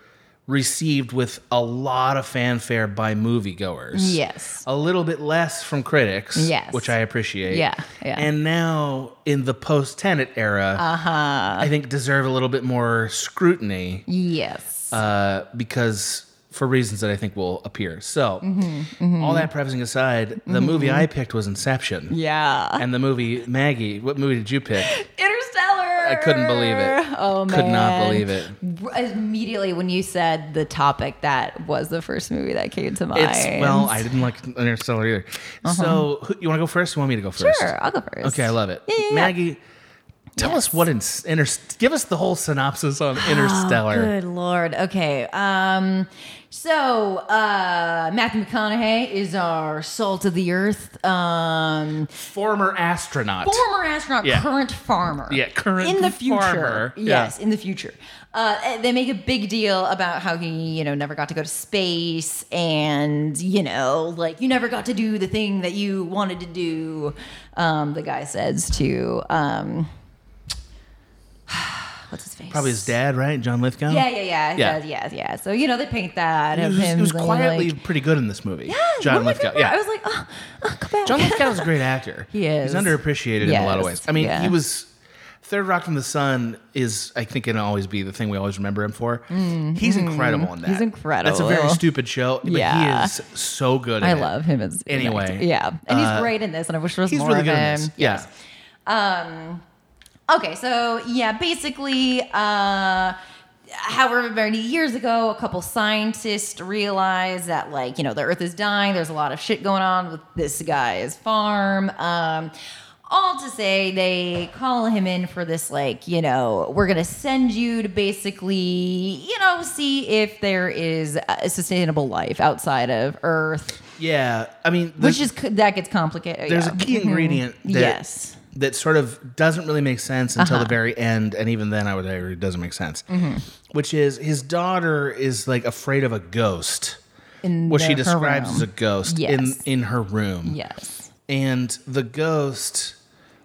received with a lot of fanfare by moviegoers.
Yes.
A little bit less from critics,
Yes.
which I appreciate.
Yeah, yeah.
And now in the post Tenet era,
Uh-huh.
I think deserve a little bit more scrutiny
Yes.
uh, because for reasons that I think will appear. So, all that prefacing aside, the
Mm-hmm,
movie I picked was Inception.
yeah.
And the movie Maggie, what movie did you pick?
Interstellar.
I couldn't believe it.
Oh man.
Could not believe it.
Immediately when you said the topic, that was the first movie that came to mind.
It's well, I didn't like Interstellar either. So, who, you want to go first? Or you want me to go first?
Uh-huh. sure. I'll go first.
Okay, I love it.
Yeah, yeah, yeah.
Maggie, tell us what in, inter, give us the whole synopsis on Interstellar.
Ah, Good lord. Okay. Um, so uh, Matthew McConaughey is our salt of the earth. Um,
Former astronaut.
former astronaut,
Yeah.
current farmer.
Yeah, current
in the future.
farmer. Yeah.
Yes, in the future. Uh, and they make a big deal about how he, you know, never got to go to space, and you know, like you never got to do the thing that you wanted to do. Um, the guy says to, um, what's his face?
Probably his dad, right? John Lithgow.
Yeah, yeah, yeah,
Yeah.
yeah, yeah, yeah. So you know, they paint that
He
of
was,
him.
he was
being
quietly
like,
pretty good in this movie. Yeah,
"Yes,
John
one of my
Lithgow.
favorite-"
Yeah,
I was like, oh, oh come back.
John Lithgow is a great actor.
He is.
He's underappreciated in a lot of
Yes,
ways. I mean,
yeah.
he was Third Rock from the Sun is I think it'll always be the thing we always remember him for. He's incredible in that.
Mm-hmm. He's incredible.
That's a very stupid show, but
Yeah.
he is so good.
I
in it.
love him as an
Anyway,
actor. yeah, and he's
uh,
great in this, and I wish there was
He's
more
really
of
good in
him.
this. Yeah.
Um, okay, so yeah, basically, uh, however many years ago, a couple scientists realized that, like, you know, the Earth is dying. There's a lot of shit going on with this guy's farm. Um, all to say, they call him in for this, like, you know, we're going to send you to basically, you know, see if there is a sustainable life outside of Earth,
Yeah, I mean, there's,
which is, that gets complicated.
there's
yeah.
a key ingredient that,
Yes.
that sort of doesn't really make sense until
Uh-huh.
the very end, and even then, I would argue it doesn't make sense.
Mm-hmm.
Which is his daughter is like afraid of a ghost,
In
what
the-
she
her
describes
realm.
as a ghost in
Yes.
in her room.
Yes.
and the ghost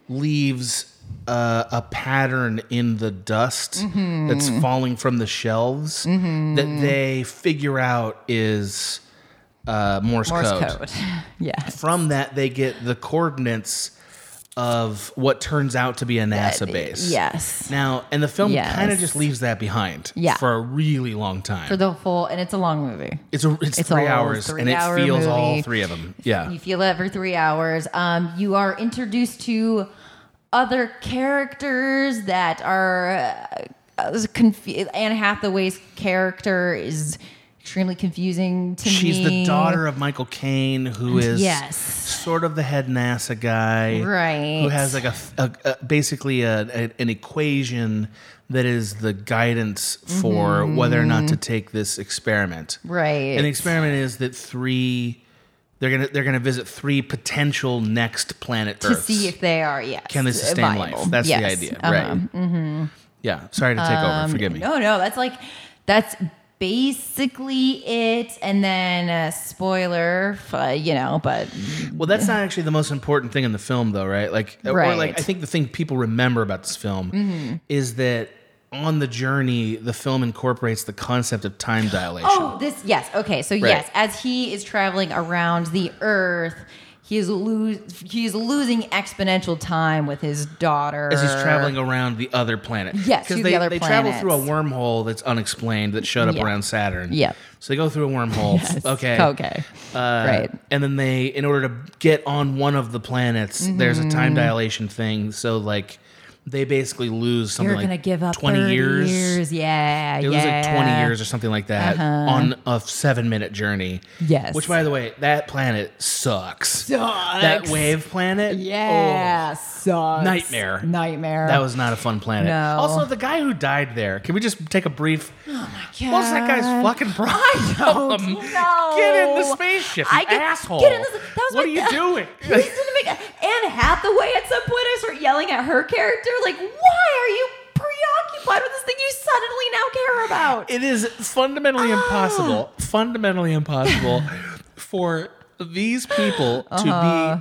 leaves uh, a pattern in the dust
Mm-hmm.
that's falling from the shelves that they figure out is uh, Morse,
Morse
code.
code. yeah.
From that, they get the coordinates of what turns out to be a NASA base.
Yes.
Now, and the film
Yes.
kind of just leaves that behind
Yeah.
for a really long time.
For the full, and it's a long movie.
it's a, it's,
it's
three
a
hours, and it
three-hour
feels all
movie.
three of them. Yeah.
You feel it every three hours. Um, you are introduced to other characters that are uh, confused. Anne Hathaway's character is extremely confusing to me.
She's the daughter of Michael Caine, who is
Yes.
sort of the head NASA guy,
Right.
Who has like a, a, a- basically a, a- an equation that is the guidance for
Mm-hmm.
whether or not to take this experiment.
Right.
And the experiment is that three they're gonna they're gonna visit three potential next planet
to
Earths.
see if they are yes
Can they sustain
viable.
life? That's
Yes.
the idea,
Uh-huh. Um,
right? Mm-hmm. Yeah. Sorry to take over. Forgive me.
No, no, that's like that's basically it. And then uh, spoiler, f- uh, you know, but
Well, that's not actually the most important thing in the film, though, right? Like, or like
Right. Mm-hmm.
I think the thing people remember about this film is that on the journey, the film incorporates the concept of time dilation.
Oh, this yes. Okay, so yes,
Right.
as he is traveling around the Earth, he is lose he is losing exponential time with his daughter
As he's traveling around the other planet.
Yes,
because
through
they,
the other
they travel
planets.
through a wormhole that's unexplained that showed up
Yeah.
around Saturn.
Yeah.
So they go through a wormhole.
Yes.
Okay.
Okay.
Uh,
Right.
And then they, in order to get on one of the planets, there's a
Mm-hmm.
time dilation thing. So like, they basically lose something
You're
like
gonna give up
20
30
years.
years. Yeah,
It
yeah. Uh-huh.
was like 20 years or something like that on a seven minute journey.
Yes.
Which, by the way, that planet sucks.
Sucks.
That wave planet?
Yeah, sucks.
Nightmare.
Nightmare.
oh, that was not a fun planet.
No.
Also, the guy who died there, can we just take a brief.
God.
What's that guy's fucking problem?
know.
Get in the spaceship, you
Oh, I get-
asshole.
Get in the, that was
what
my-
are you doing?
Please didn't make Anne Hathaway at some point. I start yelling at her character, like, why are you preoccupied with this thing you suddenly now care about?
It is
Ah.
fundamentally impossible, fundamentally impossible for these people to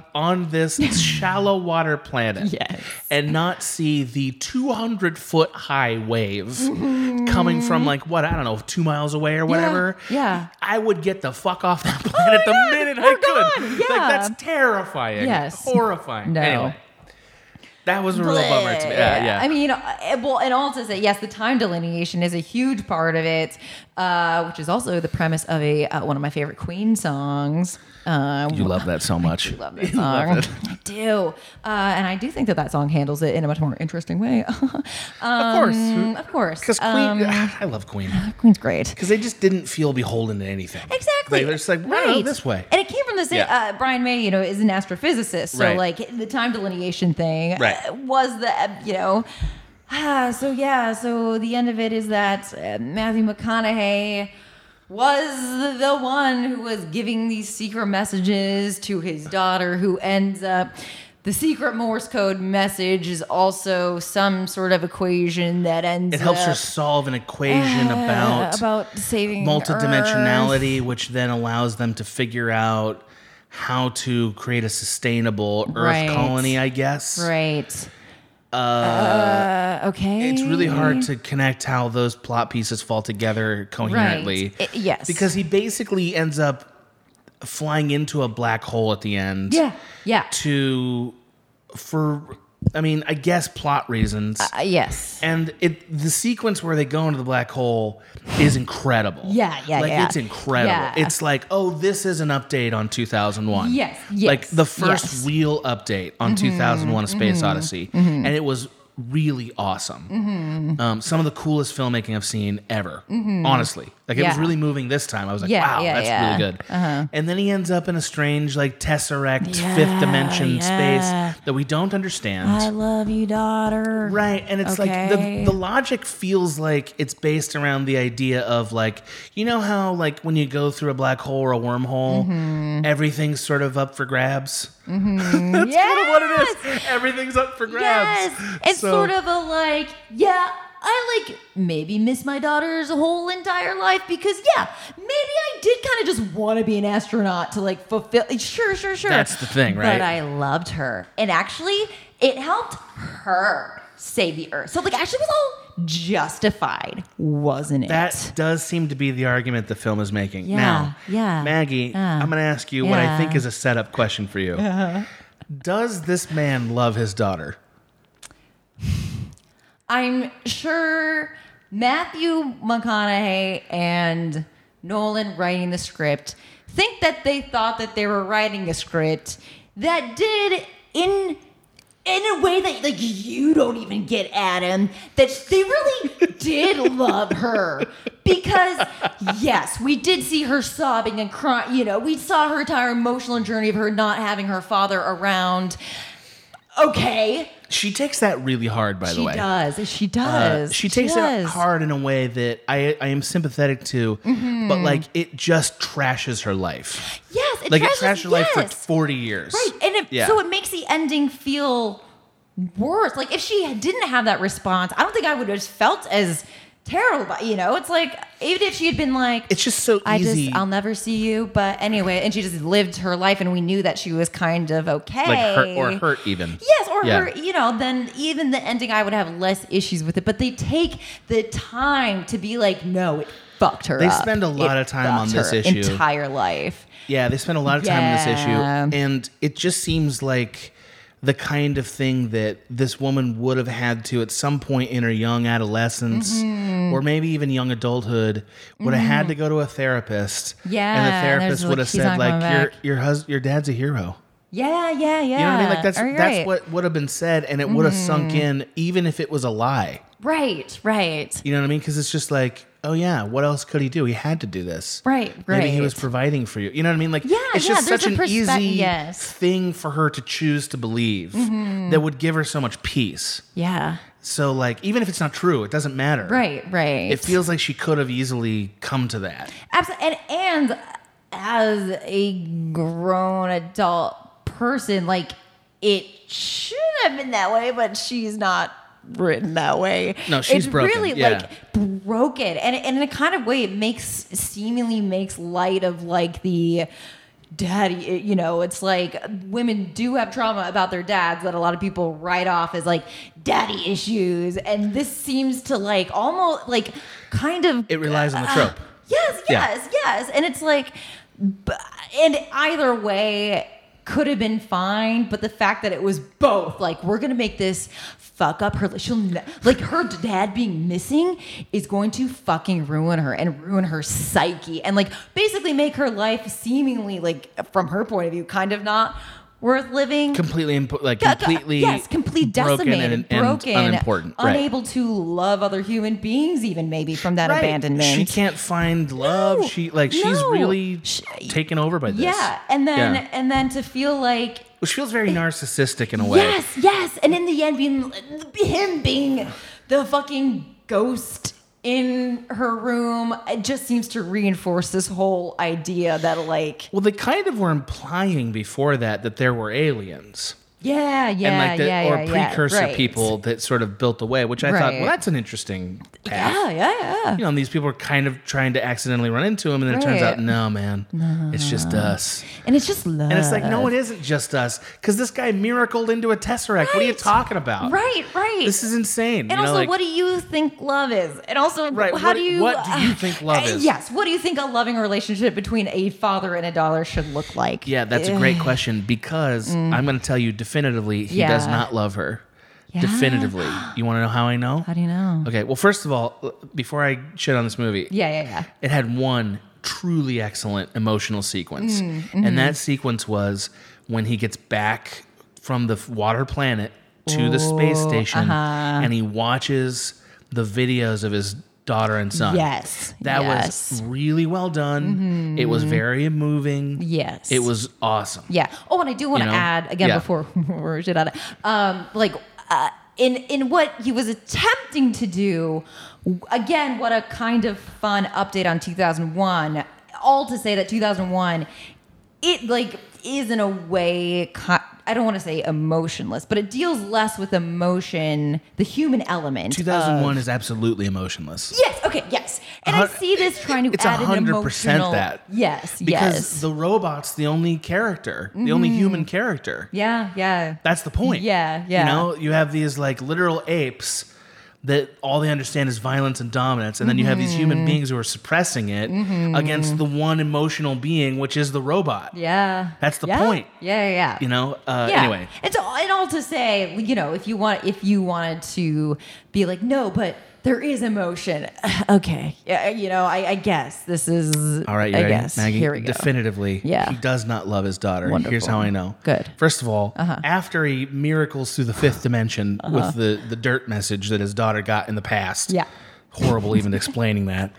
be on this shallow water planet
Uh-huh. Yes.
and not see the 200 foot high wave coming from like what I don't know, two miles away or whatever.
yeah. Oh
I would get the fuck off that planet the
God,
minute I
we're
could.
gone,
Like
yeah.
that's terrifying.
Yes.
horrifying.
No.
Anyway, that was a real bummer to me. Yeah, yeah.
I mean, uh, well, and also say yes, the time delineation is a huge part of it, uh, which is also the premise of a uh, one of my favorite Queen songs. Uh,
you love that so much.
love that song. I do, uh, and I do think that that song handles it in a much more interesting way.
of course.
Um, of course,
Because Queen,
Um,
I love Queen.
Queen's great.
Because they just didn't feel beholden to anything.
Exactly.
Like, they're just like, "No, no, this way.
And it came from the same.
Yeah.
Uh, Brian May, you know, is an astrophysicist, so
Right.
like the time delineation thing uh,
Right.
was the uh, you know. Ah, so yeah, so the end of it is that uh, Matthew McConaughey was the one who was giving these secret messages to his daughter, who ends up. The secret Morse code message is also some sort of equation that ends.
it helps her
up,
solve an equation
uh,
about,
about saving Earth.
multidimensionality, which then allows them to figure out how to create a sustainable Earth
Right.
colony, I guess.
Right. Uh, okay.
It's really hard to connect how those plot pieces fall together coherently.
Right. I- yes.
Because he basically ends up flying into a black hole at the end.
Yeah. Yeah.
To, for, I mean, I guess plot reasons.
Uh, yes.
and it the sequence where they go into the black hole is incredible.
Yeah, yeah,
like
yeah.
it's incredible.
Yeah.
It's like, oh, this is an update on 2001.
Yes,
like
yes,
the first
yes. Mm-hmm,
real update on 2001: A Space Odyssey, and it was really awesome.
Mm-hmm.
Um, some of the coolest filmmaking I've seen ever, honestly. Like it was
Yeah.
really moving this time. I was like,
Yeah,
wow,
yeah,
that's
yeah. Uh-huh.
really good. And then he ends up in a strange, like tesseract,
Yeah,
fifth dimension
yeah.
space that we don't understand.
love you, daughter.
Right. And it's like
Okay.
the, the logic feels like it's based around the idea of like, you know how like when you go through a black hole or a wormhole,
Mm-hmm.
everything's sort of up for grabs?
That's
Sort of what it is. Everything's up for grabs.
Yes. It's
So-
sort of a like, yeah, I like maybe miss my daughter's whole entire life because yeah, maybe I did kind of just want to be an astronaut to like fulfill. Sure, sure, sure.
That's the thing, right?
But I loved her, and actually, it helped her save the Earth. So like, actually, it was all justified, wasn't it?
That does seem to be the argument the film is making.
Yeah,
now,
yeah,
Maggie,
yeah.
I'm going to ask you what I
Yeah. Uh-huh.
think is a setup question for you. Does this man love his daughter?
I'm sure Matthew McConaughey and Nolan writing the script think that they thought that they were writing a script that did in in a way that like you don't even get Adam that they really did love her because yes we did see her sobbing and crying you know we saw her entire emotional journey of her not having her father around okay
She takes that really hard, by
she
the way.
does. She
Uh,
does.
she takes
does.
it hard in a way that I, I am sympathetic to,
Mm-hmm.
but like it just trashes her life.
Yes, it
Like
trashes,
it trashed her life for
yes.
40 years.
Right, and it,
Yeah.
so it makes the ending feel worse. Like if she didn't have that response, I don't think I would have felt as terrible. But you know, it's like even if she had been like,
It's just so
I
easy.
just um, I'll never see you. But anyway, and she just lived her life, and we knew that she was kind of okay,
like hurt or hurt even.
Yes, or
Yeah.
her, you know, then even the ending, I would have less issues with it. But they take the time to be like, no, it fucked her
They
up.
spend a lot
It
of time on this
fucked her
issue.
Entire life.
Yeah, they spent a lot of time
Yeah.
on this issue, and it just seems like the kind of thing that this woman would have had to at some point in her young adolescence
Mm-hmm.
or maybe even young adulthood would have had to go to a therapist and the
Yeah, and
therapist
there's
would
like,
have
"She's
said
not
like
coming
your
back."
your hus- your dad's a hero
Yeah, yeah, yeah.
you know what i mean like that's
Are you
that's
right? Mm-hmm.
what would have been said and it would have sunk in even if it was a lie
Right, right,
you know what i mean because it's just like oh yeah what else could he do he had to do this
right, right.
Maybe he was providing for you. You know what I mean? Like,
Yeah,
it's
yeah,
just
there's
such
a
an
perspe-
easy
yes. Mm-hmm.
thing for her to choose to believe that would give her so much peace.
yeah,
So, like, even if it's not true, it doesn't matter.
right, right.
It feels like she could have easily come to that.
Absolutely. And, and as a grown adult person, like it should have been that way, but she's not written that way.
No, she's
it's
broken,
really
yeah.
like broken. And, and in a kind of way, it makes seemingly makes light of like the daddy eh, you know it's like women do have trauma about their dads that a lot of people write off as like daddy issues and this seems to like almost like kind of
It relies
Uh,
on the trope.
Yes,
Yeah.
yes, yes. And it's like, b- and either way could have been fine, but the fact that it was both, like, we're gonna make this fuck up her. She'll ne- like her dad being missing is going to fucking ruin her and ruin her psyche and like basically make her life seemingly like from her point of view kind of not worth living.
Completely, impo- like,
Yeah,
completely,
yes, complete
broken
decimated,
and, and
broken,
unimportant, right.
unable to love other human beings, even maybe from that
Right.
abandonment.
She can't find love.
No,
she like she's
no.
really
She-
taken over by this.
Yeah, and then
Yeah.
and then to feel like
Which feels very narcissistic in a way.
yes, yes, and in the end, being him being the fucking ghost in her room, it just seems to reinforce this whole idea that like
Well, they kind of were implying before that that there were aliens.
yeah, yeah,
and like the,
yeah,
or
yeah, yeah,
precursor
right.
people that sort of built the way, which I thought, well,
Right.
that's an interesting path.
Yeah, yeah, yeah.
You know, and these people are kind of trying to accidentally run into him, and then it turns
Right.
out, no, man, it's just us.
And it's just love.
And it's like, no, it isn't just us, because this guy miracled into a tesseract. What are you
Right.
talking about?
Right, right.
This is insane.
and
you know,
also,
like,
what do you think love is? And also,
Right,
how
what-
do you
what do you think love
Uh,
is?
Yes, what do you think a loving relationship between a father and a daughter should look like?
yeah, that's a
Eh.
great question because I'm going to tell you definitively, he does
Mm. Yeah.
not love her.
Yeah.
Definitively. You want to know how I know?
How do you know?
Okay, well, first of all, l- before I shit on this movie,
Yeah, yeah, yeah.
it had one truly excellent emotional sequence.
Mm, mm-hmm.
And that sequence was when he gets back from the f- water planet to the space
Ooh,
station
uh-huh.
and he watches the videos of his daughter and son.
Yes.
That
yes. Mm-hmm.
was really well done. It was very moving.
Yes.
It was awesome.
Yeah. Oh, and I do want
You
to
know?
add again
Yeah.
before we're shit on it. Um, like uh, in in what he was attempting to do, w- again, what a kind of fun update on 2001. All to say that 2001, it like is in a way. Co- I don't want to say emotionless, but it deals less with emotion, the human element. of-
2001 is absolutely emotionless.
Yes. Okay. Yes. And I
Hun-
see this trying to
it's
add an
100%
emotional.
that.
Yes.
Because
yes. Mm-hmm.
the robot's the only character, the only human character.
yeah. Yeah.
That's the point.
Yeah, yeah.
You know, you have these like literal apes that all they understand is violence and dominance, and then you have these
Mm-hmm.
human beings who are suppressing it against the one emotional being, which is the robot.
Yeah.
That's the
Yeah.
point.
Yeah, yeah, yeah.
You know. Uh,
yeah.
Anyway,
And so and all to say, you know, if you want if you wanted to be like, no, but there is emotion. okay. Yeah, you know, I, I guess this is
all right. You
I
ready?
guess.
Maggie,
Here we go.
Definitively,
Yeah.
he does not love his daughter. Here's
Wonderful.
how I know.
Good. Uh-huh.
First of all, after he miracles through the fifth dimension with the the dirt message that his daughter got in the past.
Yeah.
horrible even explaining that.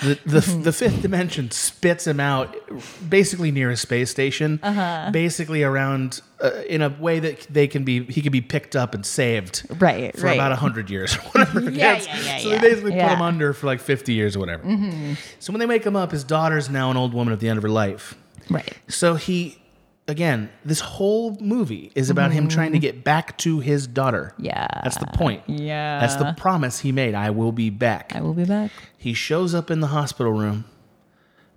The, the,
Mm-hmm.
the fifth dimension spits him out basically near a space station,
Uh-huh.
basically around uh, in a way that they can be he can be picked up and saved
Right,
for
right.
about 100 years or whatever. it
Yeah,
is.
yeah, yeah,
so
yeah.
they basically put him
Yeah. Mm-hmm.
under for like 50 years or whatever. So when they wake him up, his daughter's now an old woman at the end of her life.
Right.
So he, again, this whole movie is about him trying to get back to his daughter.
Mm-hmm. Yeah.
That's the point.
Yeah.
That's the promise he made. I will be back.
I will be back.
He shows up in the hospital room.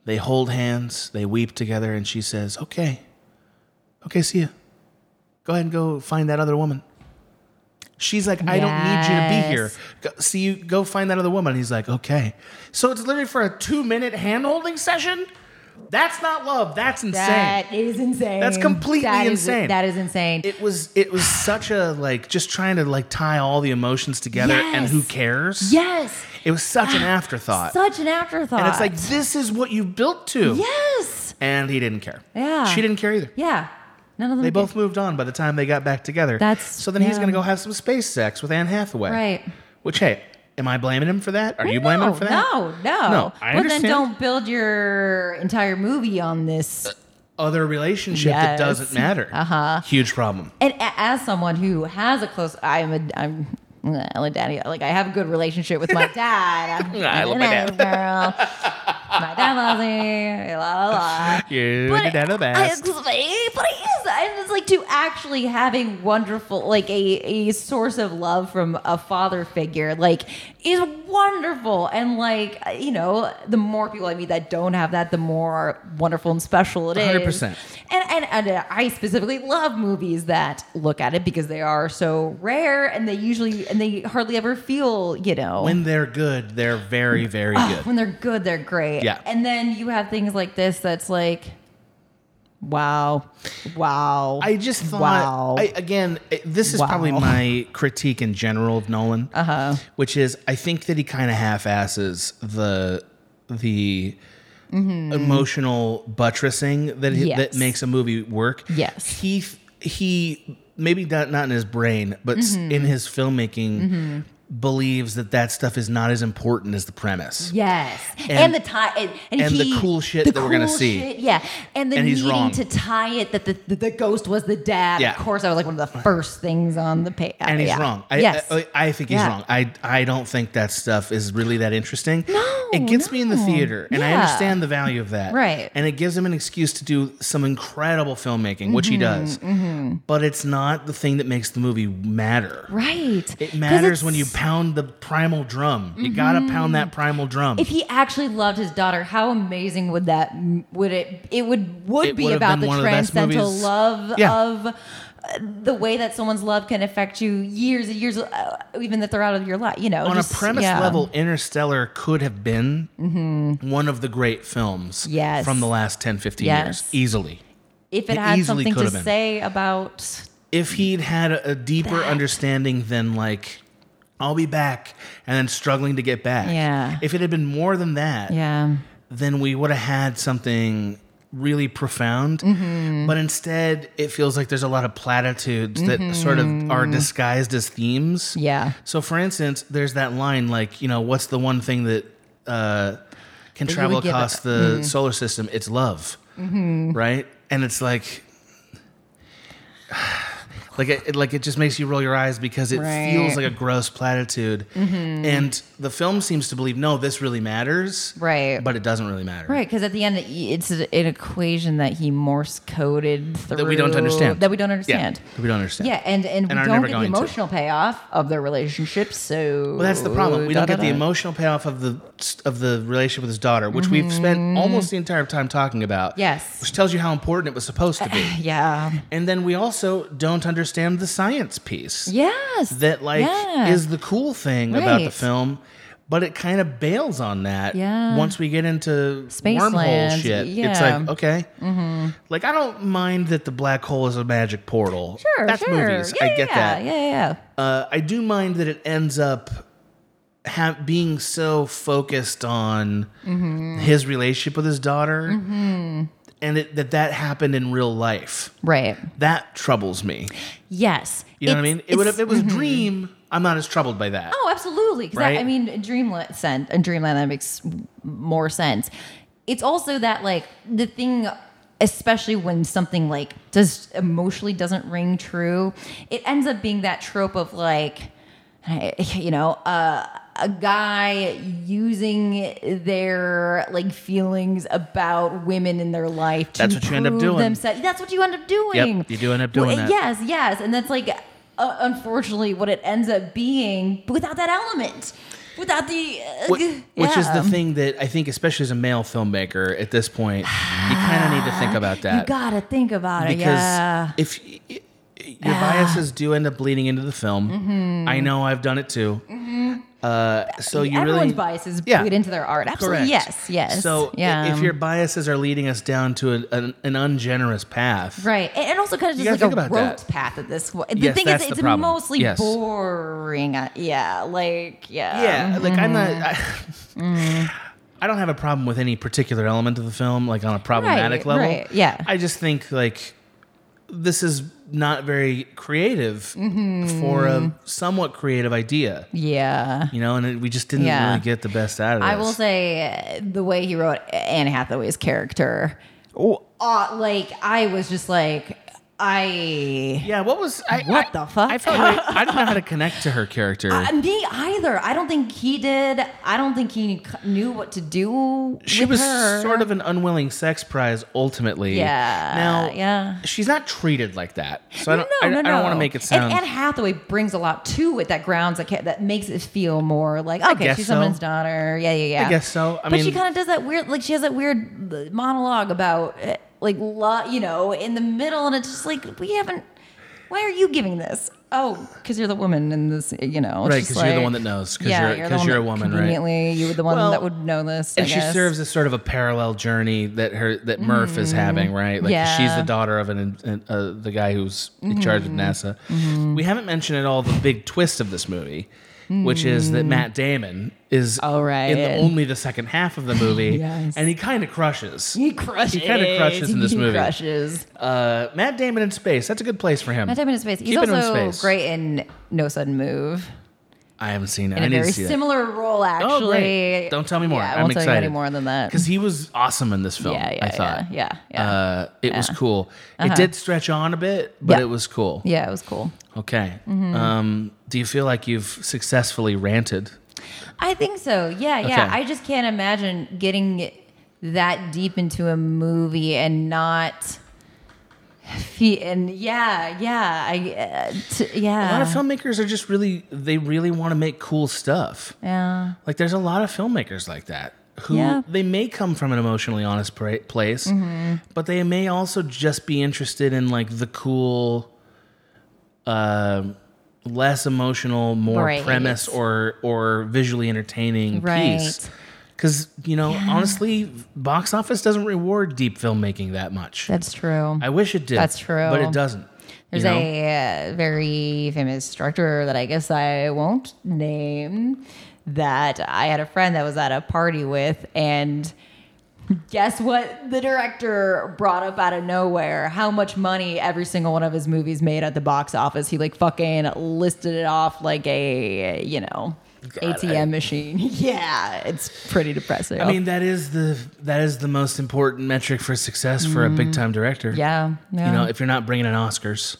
They hold hands, they weep together, and she says, Okay, okay, see ya. Go ahead and go find that other woman. She's like, I don't need you to be here.
Yes.
Go, see you, go find that other woman. He's like, Okay. So it's literally for a two minute hand holding session? That's not love. That's insane.
That is insane.
That's completely
That is-
insane.
that is insane.
it was it was such a like just trying to like tie all the emotions together and
Yes.
who cares?
yes.
It was such an afterthought.
Such an afterthought.
and it's like this is what you built to.
Yes.
And he didn't care.
Yeah.
She didn't care either.
Yeah. None of them
They
did.
both moved on by the time they got back together.
That's-
so then he's
yeah.
gonna go have some space sex with Anne Hathaway.
Right.
Which hey, am I blaming him for that? Are you blaming him
No,
for that?
No, no.
No, I
but
understand.
then don't build your entire movie on this.
Other relationship that
Yes. Uh-huh.
doesn't matter. Uh huh. Huge problem.
And a- as someone who has a close, I'm a, I'm. I love daddy. Like I have a good relationship with my dad. I'm,
I love my dad.
Girl. my dad loves me. La la la.
You did that the
I-
best.
excuse me, but it is. And it's like to actually having wonderful, like a, a source of love from a father figure, like is wonderful. And like, you know, the more people I meet that don't have that, the more wonderful and special it is.
100%.
And, and, and uh, I specifically love movies that look at it because they are so rare and they usually, and they hardly ever feel, you know.
when they're good, they're very, very good.
When they're good, they're great.
Yeah.
And then you have things like this that's like, wow, wow.
I just thought,
Wow.
I, again, it- this is
Wow.
probably my critique in general of Nolan, uh-huh. which is I think that he kind of half-asses the the emotional buttressing that he- that
Mm-hmm. Yes.
makes a movie work.
Yes.
he he maybe not not in his brain, but s
Mm-hmm.
in his filmmaking. Believes that that stuff is not as important as the premise.
yes. And,
And-
the tie and, and,
and the
he-
cool shit
the
that we're gonna
cool
see.
shit, yeah. And the
And he's
needing
wrong.
to tie it that the, the, the ghost was the dad.
Yeah.
Of course, that was like one of the first things on the page.
and he's wrong. I,
yes.
I, I think he's
Yeah.
wrong. I I don't think that stuff is really that interesting.
No,
it gets me in the
no.
theater, and I
Yeah.
understand the value of that.
Right.
and it gives him an excuse to do some incredible filmmaking, which he
Mm-hmm,
does. But it's not the thing that makes the movie matter.
right. 'Cause
It matters
it's- Mm-hmm.
when you pound the primal drum. You gotta pound that primal drum.
If he actually loved his daughter, how amazing would that would it it would would
It would
be
have
about
been
the
one of the best
transcendental
movies.
love
Yeah.
of uh, the way that someone's love can affect you years and years, uh, even that they're out of your life. You know,
on
just-
a premise
yeah. Mm-hmm.
level, Interstellar could have been one of the great films
Yes.
from the last 10, 15 years,
Yes.
easily.
if
it
it had
easily
something
could
to
have been.
say about
if he'd had a, a deeper understanding than like I'll be back and then struggling to get back.
Yeah.
If it had been more than that,
yeah,
then we would have had something really profound,
Mm-hmm.
but instead it feels like there's a lot of platitudes that sort of
Mm-hmm.
are disguised as themes.
Yeah.
So, for instance, there's that line like, you know, what's the one thing that uh, can travel
would give Mm-hmm.
across
up-
the solar system? It's love, right? And it's like, like it, like it just makes you roll your eyes because it
Right. Mm-hmm.
feels like a gross platitude, and the film seems to believe no, this really matters,
Right.
But it doesn't really matter,
Right, because at the end, it's an equation that he Morse coded through
That we don't understand.
That we don't
Yeah,
understand.
that we don't understand.
Yeah, and and,
And
we
are
don't
never
get the
going to.
emotional payoff of their relationship. So
Well, that's the problem. We don't get the
da-da-da.
emotional payoff of the of the relationship with his daughter, which we've spent almost the entire time talking about.
Mm-hmm. Yes.
which tells you how important it was supposed to be.
Yeah.
and then we also don't understand the science piece
Yes.
that, like,
Yeah.
is the cool thing about the
Right.
film. But it kind of bails on that.
Yeah.
Once we get into
Space
wormhole
lands,
shit, it's
yeah. Mm-hmm.
like okay, like I don't mind that the black hole is a magic portal.
sure.
that's
sure.
movies.
Yeah,
I get
yeah,
that.
Yeah, yeah.
Uh, I do mind that it ends up ha- being so focused on
Mm-hmm.
his relationship with his daughter, and it, that that happened in real life.
Right.
That troubles me.
Yes.
You know what I
It's-
mean? It would
it's- mm-hmm.
if it was a dream. I'm not as troubled by that.
Oh, absolutely. Because I
Right?
mean, in dreamland sense, in dreamland that makes more sense. It's also that like the thing, especially when something like does emotionally doesn't ring true, it ends up being that trope of like, you know, uh, a guy using their like feelings about women in their life to
That's what you end up
prove
doing.
themselves. That's what you end up doing.
you do end up
Well,
doing that.
Yes, yes, and that's like uh, unfortunately what it ends up being without that element, without the uh,
Wh-
g-
Which is
yeah.
the thing that I think, especially as a male filmmaker at this point, you kind of need to think about that.
You gotta think about it.
because
Uh, Yeah,
if y- y- your biases do end up bleeding into the film,
Mm-hmm.
I know I've done it too. Uh, so you
everyone's
really
biases
Yeah.
bleed into their art.
correct.
Absolutely, yes, yes.
So i-
yeah,
if your biases are leading us down to a, an, an ungenerous path,
Right, and and also kind of just
gotta
like
think
a
about
rote
that.
path at this point. The
Yes,
thing
that's
is,
the
it's
problem.
mostly
Yes.
boring. uh, Yeah, like yeah,
yeah, like I'm not. I,
Mm-hmm. Mm.
I don't have a problem with any particular element of the film, like on a problematic
Right,
level.
right, yeah.
I just think like this is not very creative
Mm-hmm.
for a somewhat creative idea.
yeah.
you know, and it, we just didn't
Yeah.
really get the best out of it.
I will say uh, the way he wrote Anne Hathaway's character.
Oh.
uh, like I was just like I.
yeah. What was I,
What
I-
the fuck?
I felt like I didn't know how to connect to her character.
I- Me either. I don't think he did. I don't think he c- knew what to do.
she
with
was
her.
sort of an unwilling sex prize ultimately.
Yeah,
Now,
yeah.
she's not treated like that, so I don't.
No,
I,
no,
I don't want
no.
to make it sound.
And Anne Hathaway brings a lot to it that grounds that, ca- that makes it feel more like okay,
guess
she's
so.
someone's daughter. Yeah, yeah, yeah.
I guess so. I
but she
mean-
kind of does that weird, like she has that weird uh, monologue about uh, like lo- you know in the middle, and it's just like we haven't. Why are you giving this? Oh, because you're the woman in this, you know. it's
Right,
just
'cause you're the
like-
one that knows, 'cause
Yeah,
you're-
the
'cause
one
you're a
that
woman, right?
Conveniently, you were the one
Well,
that would know this. I
and she
guess.
serves as sort of a parallel journey that her that Murph is having, right? Like
Mm-hmm. Yeah. Mm-hmm.
she's the daughter of an, an uh, the guy who's in charge of NASA. We haven't mentioned at all the big twist of this movie, which is that Matt Damon is
Mm. Oh, right.
in the, only the second half of the movie,
Yes.
and he kind of crushes.
He crushes.
He kinda crushes in this
He
movie.
crushes.
Uh, Matt Damon in space. That's a good place for him.
Matt Damon in space. He's
Keep it in
also
space.
great in No Sudden Move.
I haven't seen it.
in
I
a
need
very
to see
similar role, actually.
Oh, great. Don't tell me more.
Yeah, I
I'm
won't tell you
excited.
any more than that.
Because he was awesome in this film.
yeah, yeah,
I thought.
yeah, yeah, yeah. Uh-huh.
Uh, it was cool. It did stretch on a bit, but
Yeah.
it was cool.
yeah, Mm-hmm. it was cool.
Okay. Um, do you feel like you've successfully ranted?
I think so. Yeah, yeah.
Okay.
I just can't imagine getting that deep into a movie and not. Fe- and yeah, yeah, I uh, t- yeah.
A lot of filmmakers are just really, they really want to make cool stuff.
yeah.
Like, there's a lot of filmmakers like that who
Yeah. Mm-hmm.
they may come from an emotionally honest pra- place, but they may also just be interested in like the cool, um less emotional, more
Right.
premise or or visually entertaining piece.
Right.
Because you know, honestly, box office doesn't reward deep filmmaking that much.
That's true.
I wish it did.
That's true.
But it doesn't.
There's
you know?
a uh, very famous director that I guess I won't name that I had a friend that was at a party with, and Guess what? The director brought up out of nowhere how much money every single one of his movies made at the box office. He like fucking listed it off like a you know
God,
ATM
I-
machine. Yeah, it's pretty depressing.
I mean, that is the that is the most important metric for success for a big time director.
Mm-hmm. yeah, yeah. Mm-hmm.
You know, if you're not bringing in Oscars.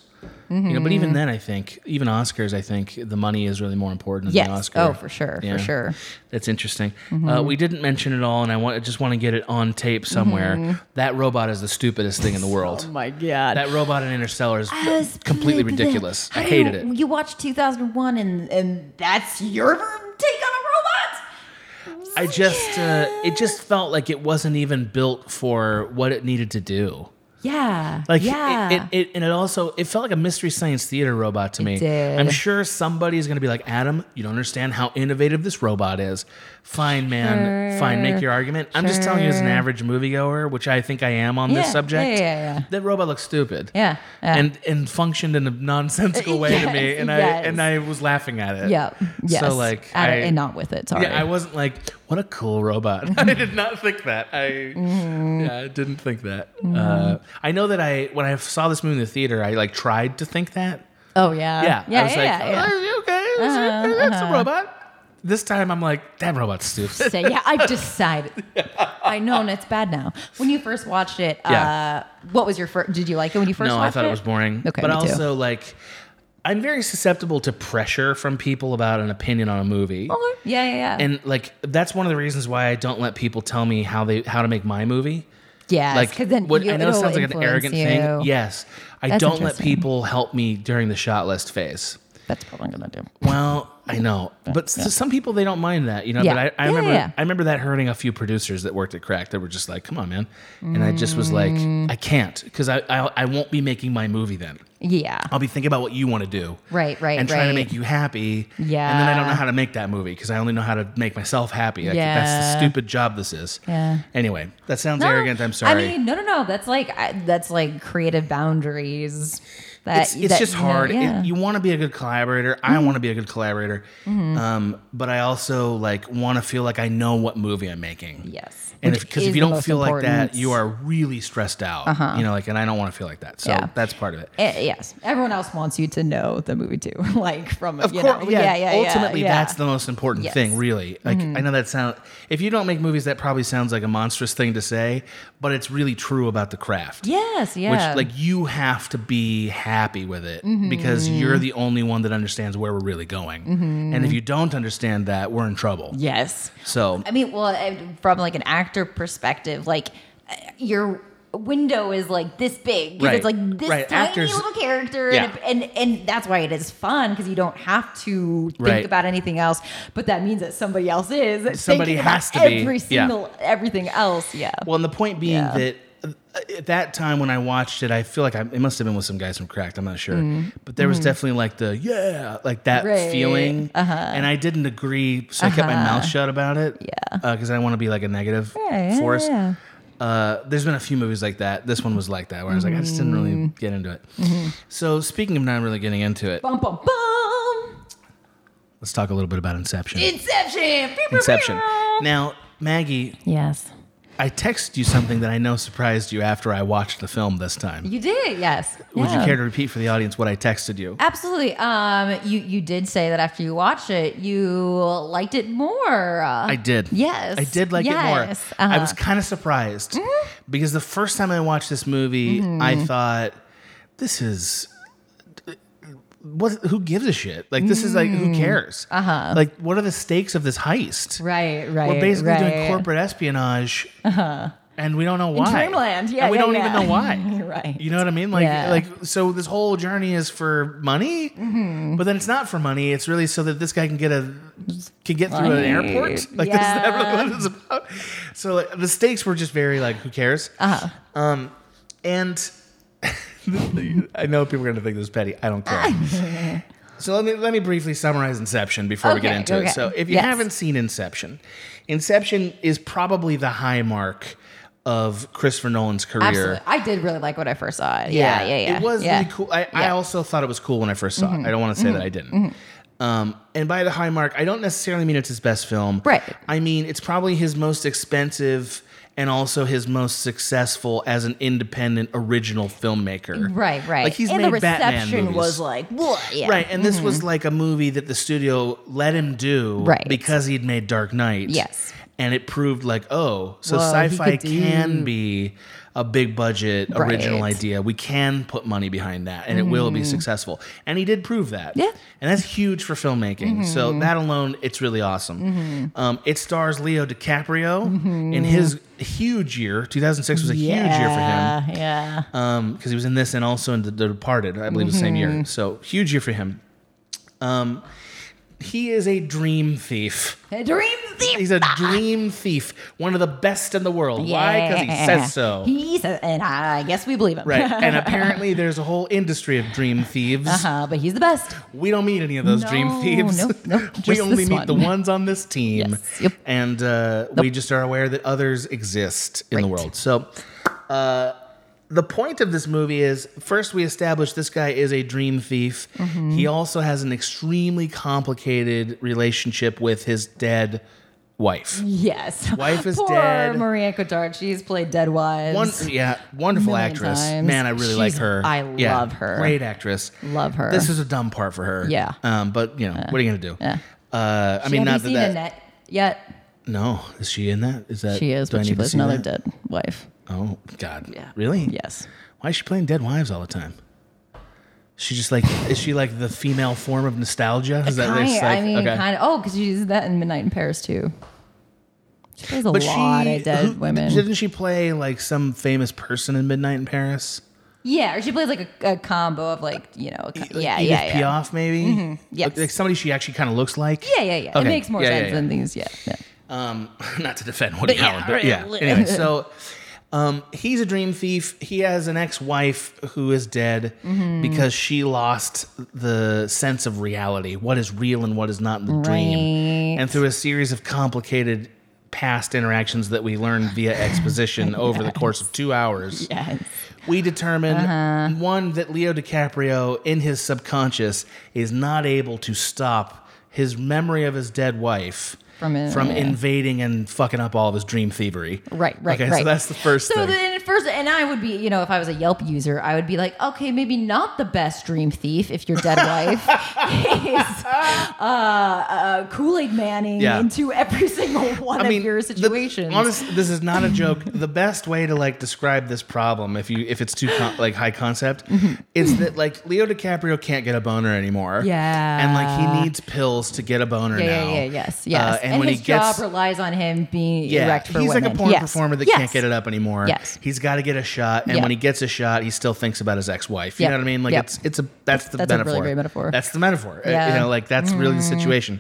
You know, but even then, I think even Oscars, I think the money is really more important than
yes.
the Oscar.
Oh, for sure,
Yeah.
for sure. Mm-hmm.
That's interesting. Uh, we didn't mention it all, and I want I just want to get it on tape somewhere.
Mm-hmm.
That robot is the stupidest thing in the world.
Oh my god.
That robot in Interstellar is
That's
completely
stupid.
ridiculous.
How
I
do
hated
you,
it.
You watch 2001 and and that's your take on a robot?
I just uh, it just felt like it wasn't even built for what it needed to do.
Yeah.
Like
yeah.
it, it, it and it also it felt like a mystery science theater robot to me.
did.
I'm sure somebody's gonna be like, Adam, you don't understand how innovative this robot is. Fine, man. Fine, make
Sure.
your argument. I'm just telling you as an
Sure.
average moviegoer, which I think I am on
Yeah.
this subject.
Yeah, yeah, yeah.
That robot looks stupid.
yeah. yeah.
And and functioned in a nonsensical way to me.
Yes,
And
yes.
I and I was laughing at it.
yeah. Yes.
So like
I,
I,
and not with it. Sorry.
yeah, I wasn't like, what a cool robot. I did not think that. I
Mm-hmm.
yeah, I didn't think that. Uh, I know that I when I saw this movie in the theater, I like tried to think that.
oh yeah.
Yeah,
Yeah.
I was
yeah,
like,
yeah, yeah. Uh-huh,
"Oh, okay, that's it. that's a robot. This time I'm like, that robot's stupid.
say, yeah, I've decided. I know, and it's bad now. When you first watched it,
Yeah.
uh, what was your first? Did you like it when you first?
no, I
watched
thought it was boring.
Okay,
but
me too.
also like, I'm very susceptible to pressure from people about an opinion on a movie.
Okay. Yeah, yeah, yeah.
And like that's one of the reasons why I don't let people tell me how they how to make my movie.
yes,
like
because then
what
you,
I know
it'll
sounds like an
influence
arrogant
you.
thing. Yes, I
That's
don't let
interesting.
people help me during the shot list phase.
that's what I'm gonna do.
Well, I know, but s- some people they don't mind that, you know.
Yeah.
But I, I
Yeah,
remember,
yeah.
I remember that hurting a few producers that worked at Crack that were just like, "Come on, man," and I just was like,
Mm.
"I can't," because I, I I won't be making my movie then.
Yeah.
I'll be thinking about what you want to do,
Right, right,
and trying to
right.
make you happy. and then I don't know
Yeah.
how to make that movie because I only know how to make myself happy. Like, that's
Yeah.
the stupid job this is.
Yeah.
Anyway, that sounds arrogant. I'm sorry.
I mean, no, no, no. That's like I, that's like creative boundaries. That
it's, it's
Uh, that,
just
you know,
hard. It-
yeah. Mm-hmm.
you want to be a good collaborator. I want to be a good collaborator, um, but I also like want to feel like I know what movie I'm making.
Yes.
and
Which
because
is
if you
the
don't
most
feel like
important. Uh-huh.
that, you are really stressed out. You know, like, and I don't want to feel like that. So
Yeah.
that's part of it.
Eh, yes, everyone else wants you to know the movie too, like from
Of
you
course,
know,
yeah,
yeah, yeah, yeah,
Ultimately,
yeah.
that's the most important
Yes. Mm-hmm.
thing, really. Like, I know that sound. If you don't make movies, that probably sounds like a monstrous thing to say, but it's really true about the craft.
yes, yeah, Mm-hmm.
Which like you have to be happy with it because you're the only one that understands where we're really going.
Mm-hmm.
And if you don't understand that, we're in trouble.
yes.
So
I mean, well, I- from like an actor perspective, like uh, your window is like this big 'cause
Right.
it's like this
Right.
tiny
Actors-
little character,
Yeah.
and, and and that's why it is fun because you don't have to think
Right.
about anything else. But that means that somebody else is.
Somebody
thinking about
has to be.
every
Yeah.
single everything else. Yeah.
well, and the point being
Yeah.
that uh, at that time when I watched it, I feel like I, it must have been with some guys from Cracked. I'm not sure, but there was definitely like the yeah, like that
Mm-hmm. Right. Uh-huh.
feeling, and I didn't agree, so I kept my mouth shut about it.
Yeah.
because I want to be like a negative
Yeah, yeah,
force.
yeah.
Uh, there's been a few movies like that. This one was like that, where I was like, I just didn't really get into it. So, speaking of not really getting into it,
bum bum bum.
Let's talk a little bit about Inception.
Inception. Pew, pew,
Inception.
pew.
Now, Maggie,
Yes.
I texted you something that I know surprised you after I watched the film this time.
You did. Yes.
Would you
Yeah.
care to repeat for the audience what I texted you?
Absolutely. Um, you you did say that after you watched it, you liked it more.
I did.
Uh, Yes.
I did like
Yes. Uh-huh. Mm-hmm.
it more. I was kind of surprised because the first time I watched this movie, I thought, this is. What, who gives a shit? Like this is like
Mm.
who cares? Uh huh. Like what are the stakes of this heist?
Uh-huh. right, right.
We're basically doing
right. Uh-huh.
corporate espionage, and we don't know why.
dreamland. Yeah,
and we
yeah,
don't even
yeah.
know why.
Right.
You know what I mean? Like,
Yeah.
like so. This whole journey is for money,
Mm-hmm.
but then it's not for money. It's really so that this guy can get a can get through an
Right.
airport. Like that's not really what it's about. So like, the stakes were just very like, who cares? Uh-huh. Um, and I know people are going to think this is petty. I don't care. So let me let me briefly summarize Inception before we get
Okay,
into
okay.
it. So if you
Yes.
haven't seen Inception, Inception is probably the high mark of Christopher Nolan's career.
Absolutely. I did really like when I first saw it. Yeah, yeah, yeah.
It was
yeah.
really cool. I, I
Yeah. Mm-hmm.
also thought it was cool when I first saw it. I don't want to say that I didn't. Um, and by the high mark, I don't necessarily mean it's his best film.
Right.
I mean it's probably his most expensive and also his most successful as an independent original filmmaker.
Right, right.
Like he's
and
made
the
Batman
reception
movies.
was like, "Bleh," yeah. Mm-hmm.
Right, and this was like a movie that the studio let him do
Right.
because he'd made Dark Knight.
Yes.
And it proved like, oh, so
Whoa, he
sci-fi
could do-
can be a big budget original
Right. Mm-hmm.
idea. We can put money behind that and it will be successful. And he did prove that.
Yeah. Mm-hmm.
And that's huge for filmmaking. So that alone, it's really awesome. Um, it stars Leo DiCaprio
Mm-hmm.
in his huge year. 2006 was a huge year for him
Yeah, Yeah.
because Um, he was in this and also in The, the Departed, I believe, the same
Mm-hmm.
year. So huge year for him. Um, he is a dream thief.
A Dream thief.
He's a dream thief, one of the best in the world. Why? Because he
Yeah.
says so.
He says, and I guess we believe him.
right. And apparently, there's a whole industry of dream thieves.
uh-huh, but he's the best.
We don't meet any of those dream
No,
thieves.
nope, nope,
we
just
only
this
meet
one.
the ones on this team.
Yes, yep.
And uh, we just are aware that others exist in the
Right.
world. So uh, the point of this movie is first, we establish this guy is a dream thief.
Mm-hmm.
He also has an extremely complicated relationship with his dead wife.
Yes.
Wife is
Poor
dead.
Maria Cotard. She's played Dead Wives.
One, yeah, wonderful
Million
actress.
times.
Man, I really
She's-
like her.
I
Yeah,
love her.
Great actress.
Love her.
This is a dumb part for her.
Yeah.
Um, but you know, what are you gonna do?
yeah.
Uh, I
She-
mean,
have
not
you
that,
seen
that
Annette yet?
No, is she in that? Is that
She is,
Uh, do I
but she
need to
plays
see
another
that?
dead wife.
Oh God.
Yeah.
Really?
Yes.
Why is she playing dead wives all the time? She just like is she like the female form of nostalgia? Is that
Kinda-
it's like-
I mean, kind of. Oh, because she's that in Midnight in Paris too. She plays a
But
lot
she
of dead
who-
women.
Didn't she play like some famous person in Midnight in Paris?
yeah, or she plays like a, a combo of like you know, a co-
Like E
yeah,
Edith
yeah, yeah,
Piaf, maybe.
Yes.
Like somebody she actually kind of looks like.
yeah, yeah, yeah.
Okay.
It makes more
Yeah, yeah,
sense
yeah.
than these. Yeah, yeah.
Um, not to defend Woody
yeah,
Allen, but
right.
yeah. Anyway, so um, he's a dream thief. He has an ex-wife who is dead
Mm-hmm.
because she lost the sense of reality, what is real and what is not in the dream,
Right.
and through a series of complicated past interactions that we learn via exposition over the course of two hours
yes.
we determine
Uh-huh.
one that Leo DiCaprio in his subconscious is not able to stop his memory of his dead wife
From, uh, yeah.
invading and fucking up all of his dream thievery.
Right, right,
Okay, so
right.
that's the first
So
thing.
then at first, and I would be, you know, if I was a Yelp user, I would be like, okay, maybe not the best dream thief if your dead wife is uh, uh, Kool Aid Manning
Yeah.
into every single one
I mean,
of your
the-
situations.
honest, this is not a joke. the best way to like describe this problem, if you if it's too con- like high concept,
Mm-hmm.
is that like Leo DiCaprio can't get a boner anymore.
Yeah.
and like he needs pills to get a boner
yeah,
now.
yeah, yeah, yes,
Uh,
yes.
and, when
his
he gets,
job relies on him being erect for
he's
women.
like a porn
Yes.
performer that
Yes.
can't get it up anymore.
Yes.
he's got to get a shot, and
Yeah.
when he gets a shot, he still thinks about his ex-wife. You
Yep.
know what I mean? Like
Yep.
it's it's a that's the
That's a really
metaphor.
great metaphor.
That's the metaphor. Uh, You
Yeah. Mm-hmm.
know, like that's really the situation.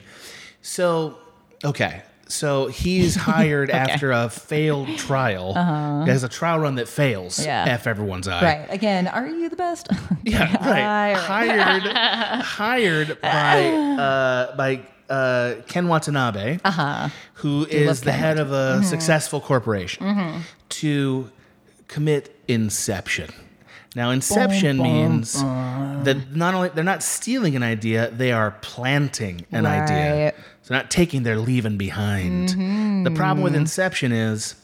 So okay. So he's hired after a failed trial. uh There's a trial run that fails.
Uh-huh. Yeah.
F everyone's eye.
Right. Again, are you the best?
Yeah, right.
Hired.
Hired, hired by uh, by uh, Ken Watanabe, uh-huh.
love
is the
Ken
head of a successful corporation, to commit inception. Now, inception means that not only they're not stealing an idea, they are planting an idea.
Right.
So, not taking their leaving behind.
Mm-hmm.
The problem with inception is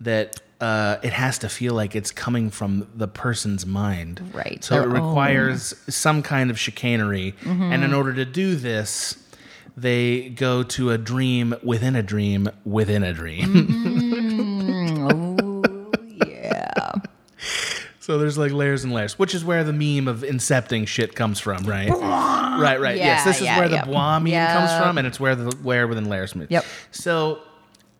that. Uh, it has to feel like it's coming from the person's mind.
Right,
So it
their own. Mm-hmm.
requires some kind of chicanery. And in order to do this, they go to a dream within a dream within a dream.
oh, yeah.
so there's like layers and layers, which is where the meme of incepting shit comes from, right? right, right. yes,
Yeah,
this is
yeah,
where the
yeah.
bois meme
Yeah.
comes from, and it's where the layer within layers meme.
Yep.
So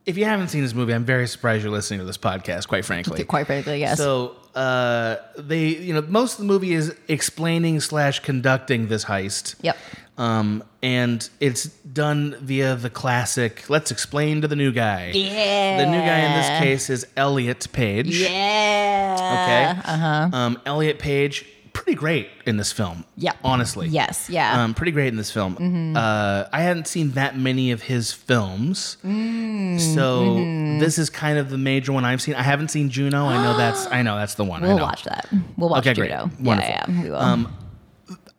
if you haven't seen this movie, I'm very surprised you're listening to this podcast, quite frankly.
Quite frankly, yes.
So uh, they, you know, most of the movie is explaining slash conducting this heist.
Yep.
Um, and it's done via the classic. Let's explain to the new guy.
yeah.
The new guy in this case is Elliot Page.
Yeah.
Okay. Uh huh. Um, Elliot Page, pretty great in this film.
uh-huh. Yeah.
Honestly.
Yes, yeah. Mm-hmm.
Um, pretty great in this film. Uh, I hadn't seen that many of his films,
Mm,
so
mm-hmm.
this is kind of the major one I've seen. I haven't seen Juno. I know that's. I know that's the one. I
We'll
know.
watch that. We'll watch
Okay, great.
Judo.
Wonderful. Um,
Yeah, yeah, we will.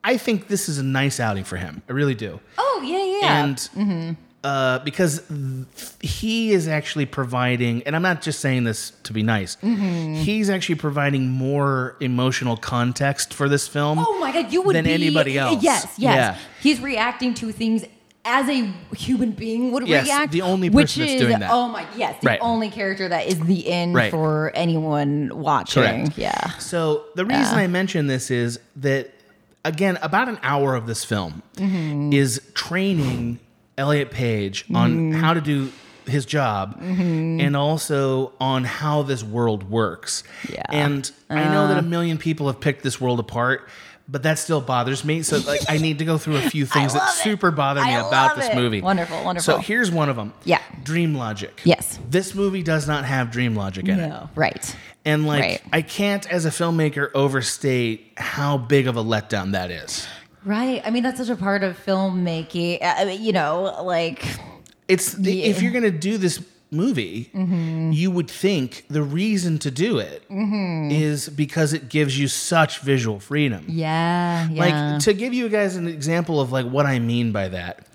I think this is a nice outing for him. I really do.
oh, yeah, yeah.
And uh, because th- he is actually providing, and I'm not just saying this to be nice,
Mm-hmm.
he's actually providing more emotional context for this film.
Oh my god, you would
than
be
anybody else.
Yes, yes.
Yeah.
He's reacting to things as a human being would
Yes,
react.
the only
which
person that's
is,
doing that.
Oh my yes, the
Right.
only character that is the end
Right.
for anyone watching.
Correct.
Yeah.
So the reason I mention this is that again, about an hour of this film
Mm-hmm.
is training Elliot Page on
Mm-hmm.
how to do his job and also on how this world works.
Yeah. Uh.
And I know that a million people have picked this world apart, but that still bothers me. So like I need to go through a few things that
love it.
super bother me
I
about
love
this
it.
movie.
Wonderful,
So
wonderful.
here's one of them.
Yeah.
Dream logic.
Yes.
This movie does not have dream logic in it.
Right.
And like,
Right.
I can't as a filmmaker overstate how big of a letdown that is.
Right. I mean, that's such a part of filmmaking. Uh, I mean, you know, like
It's
Yeah. Mm-hmm.
if you're gonna do this movie, you would think the reason to do it is because it gives you such visual freedom.
yeah,
Like
yeah.
to give you guys an example of like what I mean by that,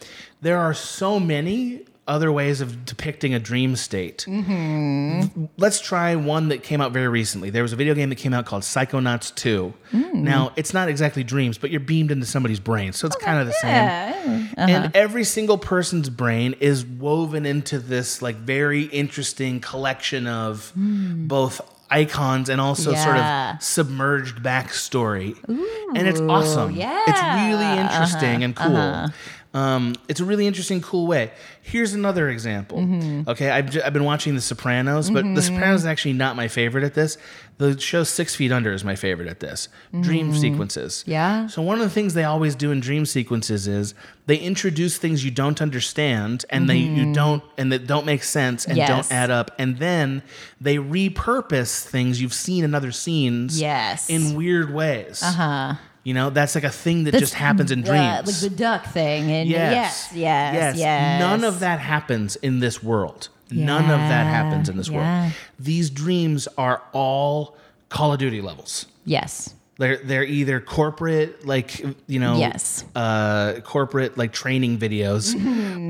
there are so many other ways of depicting a dream state.
Mm-hmm.
Let's try one that came out very recently. There was a video game that came out called Psychonauts 2.
Mm.
Now, it's not exactly dreams, but you're beamed into somebody's brain. So it's kind of the same.
Oh, yeah.
And every single person's brain is woven into this like very interesting collection of both icons and also sort
Hmm. Yeah.
of submerged backstory. and it's awesome. It's really
yeah. Uh-huh.
interesting and cool. Um, it's a really interesting, cool way. Here's another example.
Mm-hmm.
Okay, I've, ju- I've been watching The Sopranos, but The Sopranos is actually not my favorite at this. The show Six Feet Under is my favorite at this.
Mm-hmm.
Dream sequences.
Yeah.
So one of the things they always do in dream sequences is they introduce things you don't understand and they you don't and that don't make sense and
Mm-hmm. Yes.
don't add up, and then they repurpose things you've seen in other scenes.
Yes.
In weird ways. Uh
Uh,
you know, that's like a thing that just happens in dreams.
uh, like the duck thing, and yes, yes, yes.
None of that happens in this world. None of that
Yeah,
happens in this
yeah.
world. These dreams are all Call of Duty levels.
Yes,
They're they're either corporate, like you know,
Yes.
uh, corporate like training videos,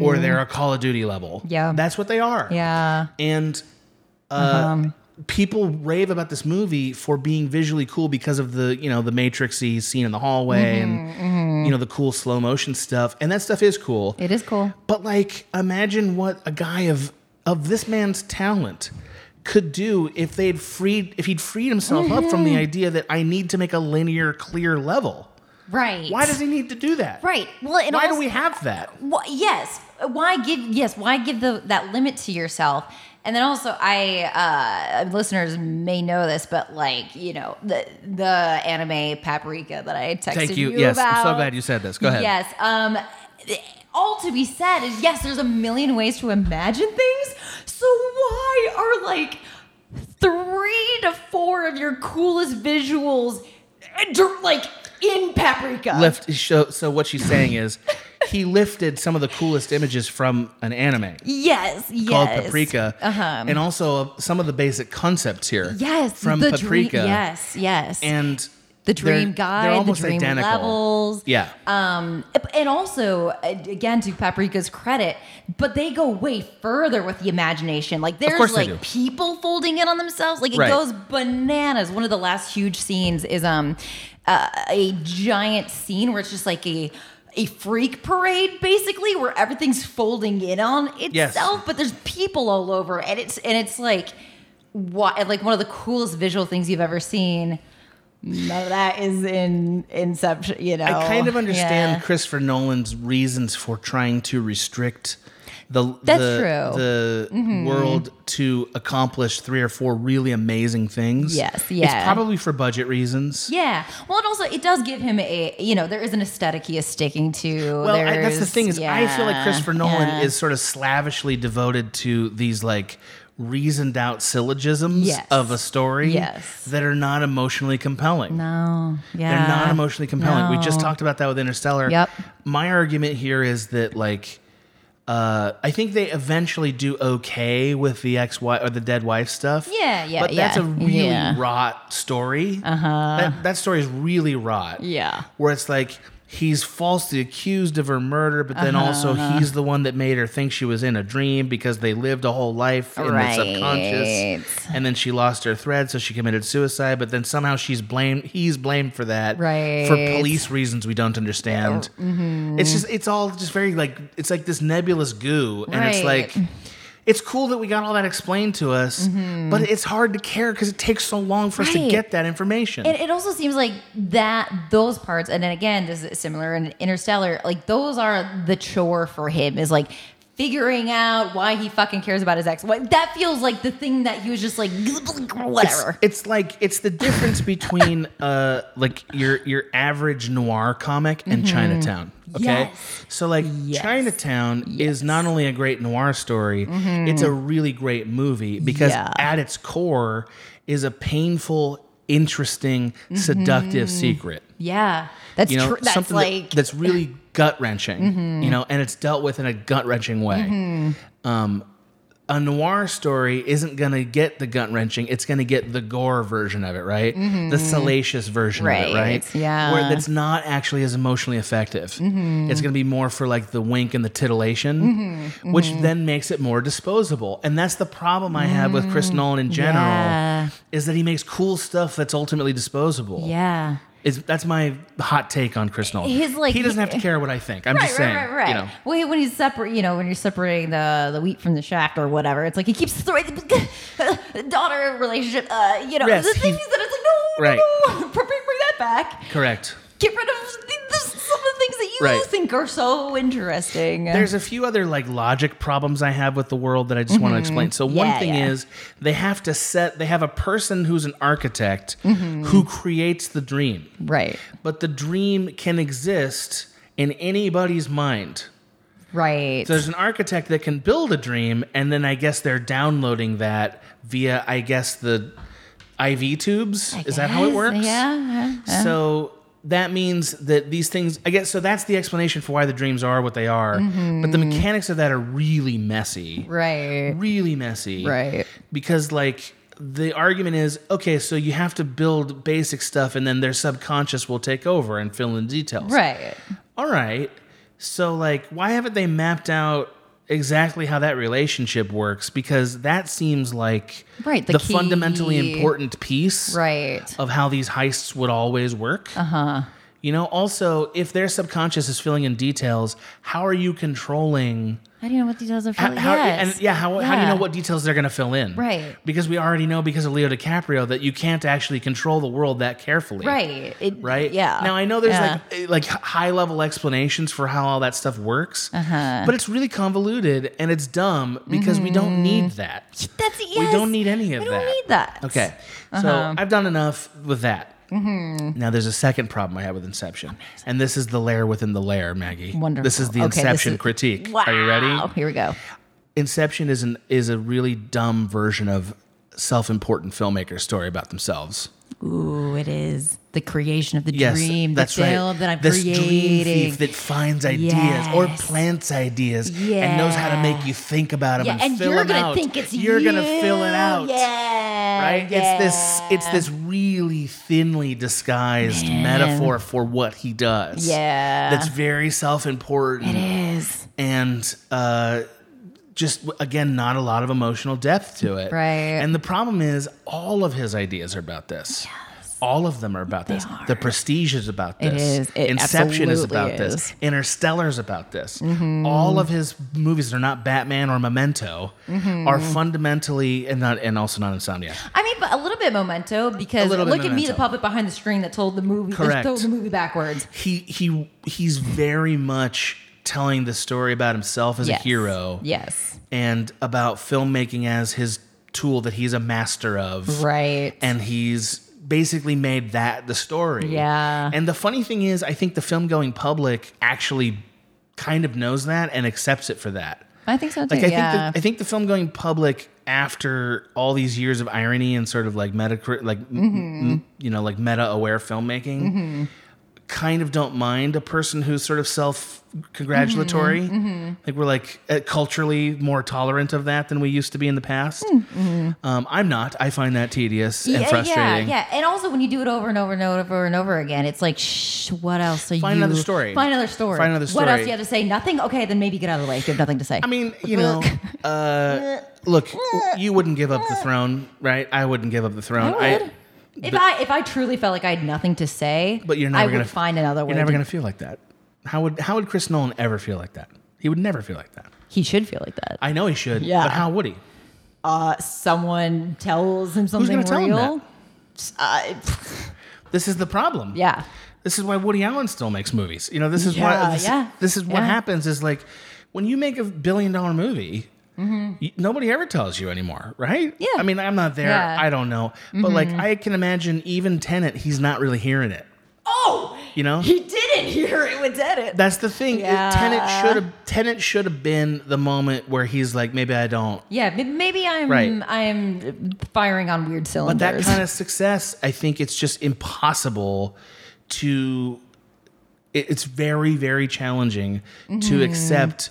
or they're a Call of Duty level.
Mm-hmm. Yeah.
that's what they are.
yeah. um,
and uh, people rave about this movie for being visually cool because of the you know the matrixy scene in the hallway
Mm-hmm,
and you know the cool slow motion stuff, and that stuff is cool.
It is cool.
But like, imagine what a guy of of this man's talent could do if they'd freed if he'd freed himself up from
Mm-hmm.
the idea that I need to make a linear, clear level.
Right.
Why does he need to do that?
Right. Well, and
Why
also-
do we have that?
Why, yes. Why give? Yes. Why give the that limit to yourself? And then also, I uh, listeners may know this, but like you know the the anime Paprika that I texted
Thank you.
you
yes,
about.
I'm so glad you said this. Go ahead.
Yes. Um, all to be said is yes, there's a million ways to imagine things. So why are like three to four of your coolest visuals uh, dir- like in Paprika?
Lift. So, so what she's saying is, he lifted some of the coolest images from an anime
Yes. Yes.
called Paprika,
Uh-huh.
and also some of the basic concepts here.
Yes.
from
the dream-
Paprika.
yes. Yes.
and
the
they're-
dream guide, the dream levels.
Yeah.
Um, and also, uh, again, to Paprika's credit, but they go way further with the imagination. Like
course
there's
they
like
do.
people folding in on themselves. Like it
Right.
goes bananas. One of the last huge scenes is um uh, a giant scene where it's just like a a freak parade basically where everything's folding in on itself but there's people all over and it's and it's like what like one of the coolest visual things you've ever seen None of that is in Inception, you know.
I kind of understand
Yeah.
Christopher Nolan's reasons for trying to restrict the
That's
the,
true. Mm-hmm.
the world to accomplish three or four really amazing things.
Yes,
It's
yeah.
probably for budget reasons.
Yeah. Well, and also it does give him a, you know, there is an aesthetic he is sticking to.
Well, I, that's the
There's-
thing is, I feel like
yeah,
Christopher Nolan
yeah.
is sort of slavishly devoted to these like reasoned out syllogisms
Yes.
of a story
Yes.
that are not emotionally compelling.
No. Yeah.
They're not emotionally compelling. We just
No.
talked about that with Interstellar.
Yep.
My argument here is that like uh, I think they eventually do okay with the ex wife or the dead wife stuff.
Yeah, yeah,
But that's
yeah,
a really
yeah. Uh-huh.
rot story. Uh huh. That, that story is really rot.
Yeah.
Where it's like he's falsely accused of her murder, but
Uh-huh,
then also he's the one that made her think she was in a dream because they lived a whole life in
Right.
the subconscious. And then she lost her thread, so she committed suicide, but then somehow she's blamed he's blamed for that for
Right. Oh, mm-hmm.
police reasons we don't understand. It's just it's all just very like it's like this nebulous goo. And it's
Right.
like it's cool that we got all that explained to us, but it's hard to care because it takes so long for us to
Mm-hmm. Right.
get that information.
It, it also seems like that those parts, and then again, this is similar in Interstellar. Like those are the chore for him is like figuring out why he fucking cares about his ex. What that feels like the thing that he was just like
It's-
whatever.
It's, like it's the difference between uh like your your average noir comic and Chinatown. Okay.
Mm-hmm. Yes.
So like
Yes.
Chinatown is not only a great noir story, it's a really great movie because
Mm-hmm. Yeah.
at its core is a painful, interesting, seductive
Mm-hmm.
secret.
yeah, that's
You know,
true. That's
something that-
like Mm-hmm.
that's really gut wrenching. You know, and it's dealt with in a gut wrenching way. Um, a noir story isn't going to get the gut wrenching. It's going to get the gore version of it, right? The salacious version of it,
Mm-hmm.
right?
Right, yeah. Mm-hmm.
Where that's not actually as emotionally effective. It's going to be more for like the wink and the titillation, which
mm-hmm.
then makes it more disposable. And that's the problem I have with Chris Nolan in general
Mm, Yeah.
is that he makes cool stuff that's ultimately disposable.
yeah.
Is that's my hot take on Chris Nolan.
His, like-
he doesn't have to care what I think. I'm just saying.
Right, right, right.
You know,
Well, when he's separate, you know, when you're separating the the wheat from the shaft or whatever, it's like he keeps throwing the daughter relationship. Uh, you know,
Yes,
the
he-
things that it's like no,
Right.
no, no, bring, bring that back.
correct.
Get rid of th- this, some of the things that you
Right.
think are so interesting.
There's a few other like logic problems I have with the world that I just want to explain. So one
Mm-hmm. Yeah,
thing
yeah.
is they have to set. They have a person who's an architect
Mm-hmm.
who creates the dream,
right,
but the dream can exist in anybody's mind.
right.
So there's an architect that can build a dream, and then I guess they're downloading that via, I guess the IV tubes. is that how it
Yes,
works?
Yeah. yeah.
So that means that these things, I guess, so that's the explanation for why the dreams are what they are. But the mechanics of that are really messy.
Mm-hmm. Right.
Really messy.
Right.
Because, like, the argument is okay, so you have to build basic stuff and then their subconscious will take over and fill in details.
Right.
All right. So, like, why haven't they mapped out exactly how that relationship works? Because that seems like
Right,
the,
the
fundamentally
key-
important piece
Right.
of how these heists would always work. Uh huh.
Uh-huh.
You know, also, if their subconscious is filling in details, how are you controlling?
How do you know what details are?
how-
Really?
how-
Oh, yes.
and yeah, how, how do you
Yeah.
know what details they're going to fill in?
Right.
Because we already know because of Leo DiCaprio that you can't actually control the world that carefully
Right. It-
right?
Yeah.
Now I know there's
Yeah.
like eh, like high level explanations for how all that stuff works,
Uh-huh.
but it's really convoluted and it's dumb because we don't need that.
That's Mm-hmm. yes.
We don't need any of
we
that.
don't need that.
Okay,
Uh-huh.
so I've done enough with that.
Mm-hmm.
Now there's a second problem I have with Inception, and this is the layer within the layer, Maggie.
Wonderful.
This is the
Okay, this
Inception
is-
critique.
Wow.
Are you ready?
Here we go.
Inception is an is a really dumb version of self-important filmmaker story about themselves.
Ooh, it is the creation of the
Yes,
dream,
that's
the film
right.
that I'm
this dream
creating.
thief that finds ideas or
Yes.
plants ideas and knows how to
Yeah.
make you think about them
yeah,
and,
and
fill
you're
them
gonna
out.
think it's
you're gonna
you.
fill it out,
Yeah,
right? It's this it's this really thinly disguised
Man.
metaphor for what he does.
Yeah.
that's very self-important
It is
and uh, just again not a lot of emotional depth to it.
Right.
And the problem is all of his ideas are about this. Yes. All of them are about this.
are.
The Prestige is about
It
this.
is. It
Inception is about
absolutely is. Mm-hmm.
this. Interstellar is about this. All of his movies that are not Batman or Memento.
Mm-hmm.
Are fundamentally and not and also not Insomnia.
I mean, but a little bit memento because
A little
look
bit
at me, the
Memento.
puppet behind the string that told the movie, that
Correct.
told the movie backwards.
He he he's very much telling the story about himself as
Yes.
a hero.
Yes.
and about filmmaking as his tool that he's a master of.
Right.
And he's basically made that the story.
Yeah.
And the funny thing is, I think the film going public actually kind of knows that and accepts it for that.
I think so too.
Like I
yeah.
think the, I think the film going public after all these years of
Mm-hmm.
irony and sort of like meta like m- m- you know like meta aware filmmaking kind of don't mind a person who's sort of self congratulatory.
Mm-hmm.
Like we're like uh, culturally more tolerant of that than we used to be in the past. Um, I'm not. I find that tedious and frustrating.
Mm, mm-hmm. Yeah, yeah. And also when you do it over and over and over and over again, it's like, shh, what else are you?
Find another story.
Find another story.
Find another
What else
story.
you have to say? Nothing? Okay, then maybe get out of the way if you have nothing to say.
I mean, you know, uh, look, you wouldn't give up the throne, right? I wouldn't give up the throne.
I would. if I if I truly felt like I had nothing to say,
but you're
I
never
would
gonna
find another way.
You're never
to-
gonna feel like that. How would how would Chris Nolan ever feel like that? He would never feel like that.
He should feel like that.
I know he should.
Yeah.
But how would he?
Uh, someone tells him something
gonna tell him
real.
that?
Uh,
This is the problem.
yeah.
This is why Woody Allen still makes movies. You know, this is
Yeah,
why this,
yeah,
this is what
yeah.
happens is like when you make a billion dollar movie, y- nobody ever tells you anymore, right?
Mm-hmm. Yeah.
I mean, I'm not there.
Yeah. Mm-hmm.
I don't know. But like I can imagine even Tenet, he's not really hearing it.
Oh,
You know?
he didn't hear it with edit.
That's the thing.
Yeah.
Tenant should have Tenant should have been the moment where he's like, maybe I don't.
Yeah, m- maybe I'm
Right.
I'm firing on weird
But that
cylinders.
kind of success, I think it's just impossible to. it- It's very very challenging
Mm-hmm.
to accept.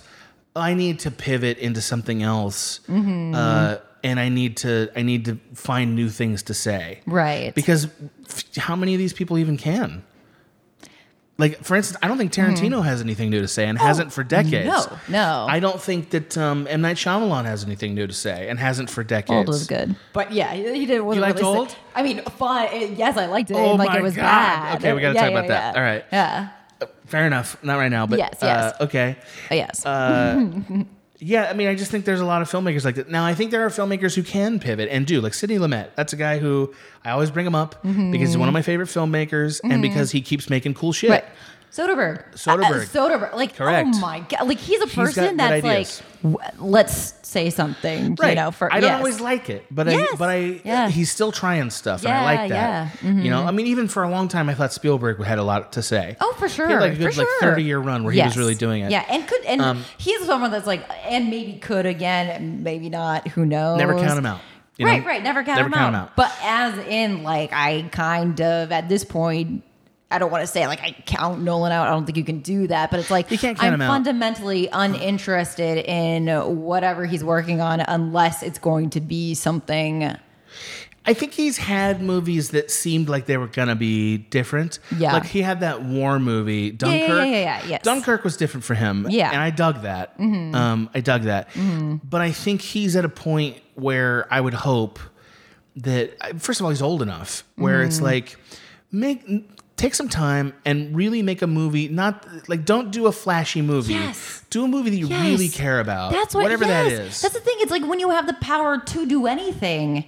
I need to pivot into something else,
Mm-hmm.
uh, and I need to I need to find new things to say.
right.
Because f- how many of these people even can? Like, for instance, I don't think Tarantino has anything new to say and hasn't for decades.
Mm-hmm. Oh, no, no.
I don't think that um, M. Night Shyamalan has anything new to say and hasn't for decades.
Old was good, but yeah, he he didn't. wasn't
liked
really sick.
Old?
I mean, fun. it- yes, I liked it.
Oh
like
my
it was
God.
bad.
Okay, we gotta
Yeah,
talk
yeah,
about that.
yeah.
All right.
Yeah.
Fair enough. Not right now, but
Yes,
uh,
yes.
okay.
Oh, yes.
Uh, Yeah, I mean, I just think there's a lot of filmmakers like that. Now, I think there are filmmakers who can pivot and do, like Sidney Lumet. That's a guy who I always bring him up
Mm-hmm.
because he's one of my favorite filmmakers and because he keeps making cool shit.
right. Soderbergh. Uh,
Soderbergh.
Soderbergh. Like,
Correct.
oh my god. Like he's a
got
person
good
that's like,
ideas.
w- let's say something. You know, for
I don't
yes.
always like it, but
Yes.
I but I
Yeah.
he's still trying stuff, and I
Yeah,
like that.
yeah. Mm-hmm.
You know, I mean, even for a long time, I thought Spielberg had a lot to say.
Oh, for sure.
he had like a good
for
like
sure.
thirty year run where he
Yes.
was really doing it.
Yeah, and could and
Um,
he's someone that's like and maybe could again, and maybe not. Who knows?
never count him out. you
right,
know?
right. Never count,
never
him,
count
out.
him out.
But as in, like, I kind of at this point. I don't want to say like I count Nolan out. I don't think you can do that, but it's like
You can't count
I'm
him out.
fundamentally uninterested in whatever he's working on unless it's going to be something.
I think he's had movies that seemed like they were gonna be different.
Yeah.
like he had that war movie
yeah,
Dunkirk.
yeah, yeah, yes.
Dunkirk was different for him.
Yeah. Mm-hmm.
and I dug that. Um, I dug that. But I think he's at a point where I would hope that I- first of all he's old enough where it's
Mm-hmm.
like make take some time and really make a movie not like don't do a flashy movie
Yes.
do a movie that you
Yes.
really care about
That's what,
whatever that
yes.
is
That's the thing. It's like when you have the power to do anything,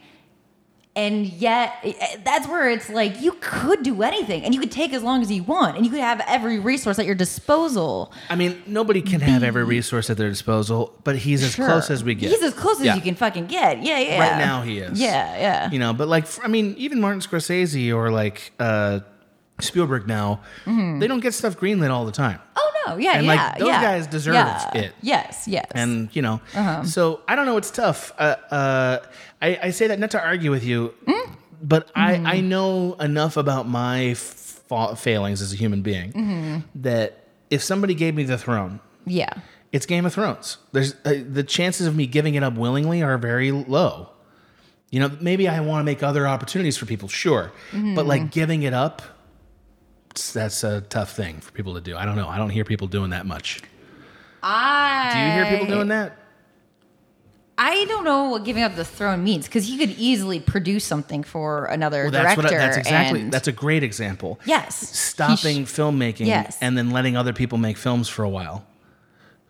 and yet eh, that's where it's like you could do anything, and you could take as long as you want, and you could have every resource at your disposal.
i mean nobody can have every resource at their disposal but he's as
Sure.
close as we get
He's as close as
Yeah.
you can fucking get. Yeah, yeah.
Right now he is.
Yeah, yeah.
you know but like f- i mean even martin scorsese or like uh spielberg now they don't get stuff greenlit all the time
oh no, yeah,
And, like,
yeah.
those
yeah,
guys deserve
yeah.
it.
Yes, yes.
and you know so i don't know it's tough uh, uh, I, I say that not to argue with you but I, I know enough about my fa- failings as a human being that if somebody gave me the throne
yeah.
it's game of thrones there's uh, the chances of me giving it up willingly are very low you know maybe i want to make other opportunities for people sure but like giving it up it's- that's a tough thing for people to do i don't know i don't hear people doing that much
I
do you hear people doing that
I don't know what giving up the throne means because he could easily produce something for another
Well, that's
director.
what I, that's exactly
and-
that's a great example.
Yes. He
Stopping
sh-
filmmaking
Yes.
and then letting other people make films for a while.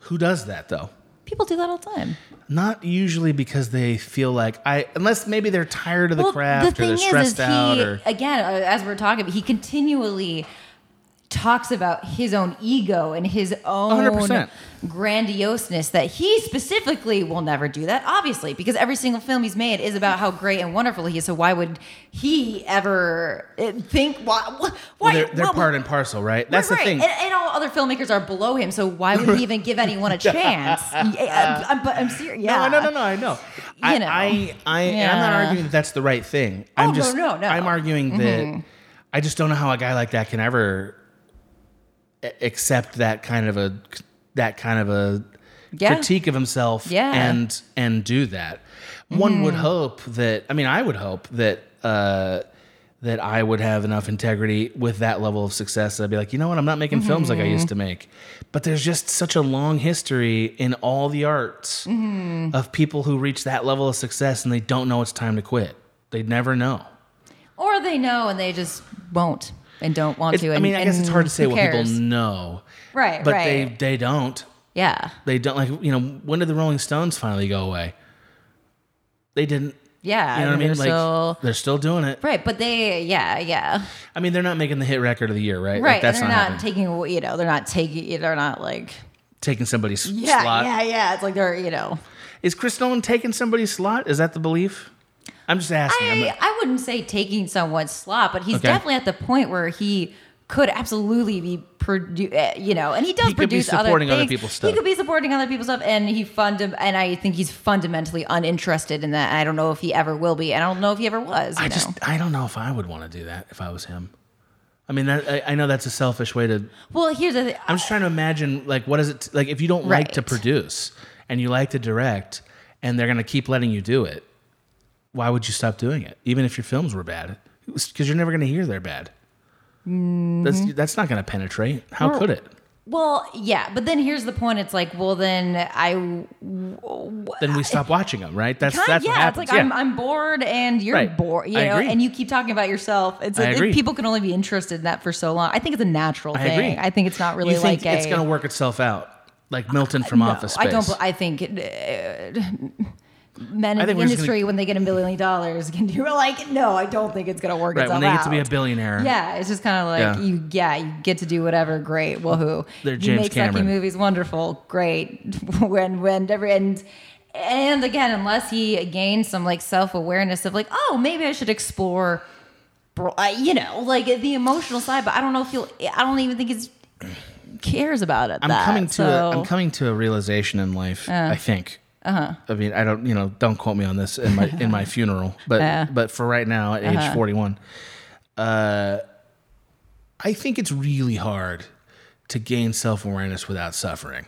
Who does that though?
people do that all the time.
Not usually because they feel like I unless maybe they're tired of the craft or they're stressed out
he,
or
again, uh, as we're talking, he continually talks about his own ego and his own
100%.
grandioseness that he specifically will never do that obviously because every single film he's made is about how great and wonderful he is so why would he ever uh, think why why
Well, they're, they're
what-
part and parcel, right? That's
right,
the thing.
And, and all other filmmakers are below him so why would he even give anyone a chance yeah, I'm, but I'm serious yeah.
No, no, no, no. I know. I,
know.
I, I, and I'm not
Yeah.
arguing that that's the right thing.
Oh,
I'm
no, Mm-hmm.
just,
no, no.
I'm arguing that I just don't know how a guy like that can ever a- accept that kind of a that kind of a
Yeah.
critique of himself
Yeah. Mm-hmm.
and and do that. One would hope that I mean I would hope that uh that I would have enough integrity with that level of success that I'd be like, you know what, I'm not making films like I used to
Mm-hmm.
make. But there's just such a long history in all the arts
Mm-hmm.
of people who reach that level of success and they don't know it's time to quit. They never know.
Or they know and they just won't and don't want
It's-
to.
I
And,
mean, I guess it's
and
hard to say
who
what
cares?
people know.
Right,
But
right.
they they don't.
Yeah.
They don't like you know, when did the Rolling Stones finally go away? They didn't
Yeah.
you know what I
and
mean?
they're
Like
still-
they're still doing it.
right. But they, yeah, yeah.
I mean, they're not making the hit record of the year, right? Like,
Right.
that's
and
not,
they're not,
happening.
taking away, you know, they're not taking, they're not like,
taking somebody's
yeah,
slot.
yeah, yeah. It's like they're, you know,
Is Chris Nolan taking somebody's slot? Is that the belief? I'm just asking. I'm
I,
not-
I wouldn't say taking someone's slot, but he's
Okay.
definitely at the point where he could absolutely be produ- uh, you know, and he does
He could be
produce other
supporting other
things.
people's stuff.
He could be supporting other people's stuff, and he fundam- and I think he's fundamentally uninterested in that. I don't know if he ever will be. and I don't know if he ever was. You
I
know?
just I don't know if I would want to do that if I was him. I mean, that, I, I know that's a selfish way to
well, here's the thing.
I'm just trying to imagine like what is it like if you don't like to
Right.
produce and you like to direct and they're gonna keep letting you do it, why would you stop doing it? Even if your films were bad, because you're never gonna hear they're bad.
Mm-hmm.
That's that's not gonna penetrate. How could it?
Well, yeah, but then here's the point. It's like, well, then I
Then we stop watching them, right? That's
Kind-
that's
yeah,
what happens.
it's like I'm, I'm bored and you're
Right.
bored, you
I
know,
agree.
and you keep talking about yourself. It's
I
like
agree.
people can only be interested in that for so long. I think it's a natural
I
thing.
agree.
I think it's not really
you think
like
it's
a.
gonna work itself out, like Milton from
no,
Office Space.
I don't. bel- I think. uh, Men in
think we're
the
just
industry, when they get a million dollars, can do like, no, I don't think it's gonna work
right
itself
when they get
out.
to be a billionaire.
yeah, it's just kind of like
Yeah.
you, yeah, you get to do whatever. Great, woohoo!
They're
you
James
make
Cameron.
sucky movies, wonderful, great. when when every and and again, unless he gains some like self awareness of like, oh, maybe I should explore, bro- uh, you know, like the emotional side. But I don't know if he'll. I don't even think he's cares about it.
I'm
that,
coming to
so. Uh-huh.
a, I'm coming to a realization in life. I think. I mean, I don't. You know, don't quote me on this in my in my funeral, but but for right now, at age
Uh-huh.
41, uh, I think it's really hard to gain self awareness without suffering.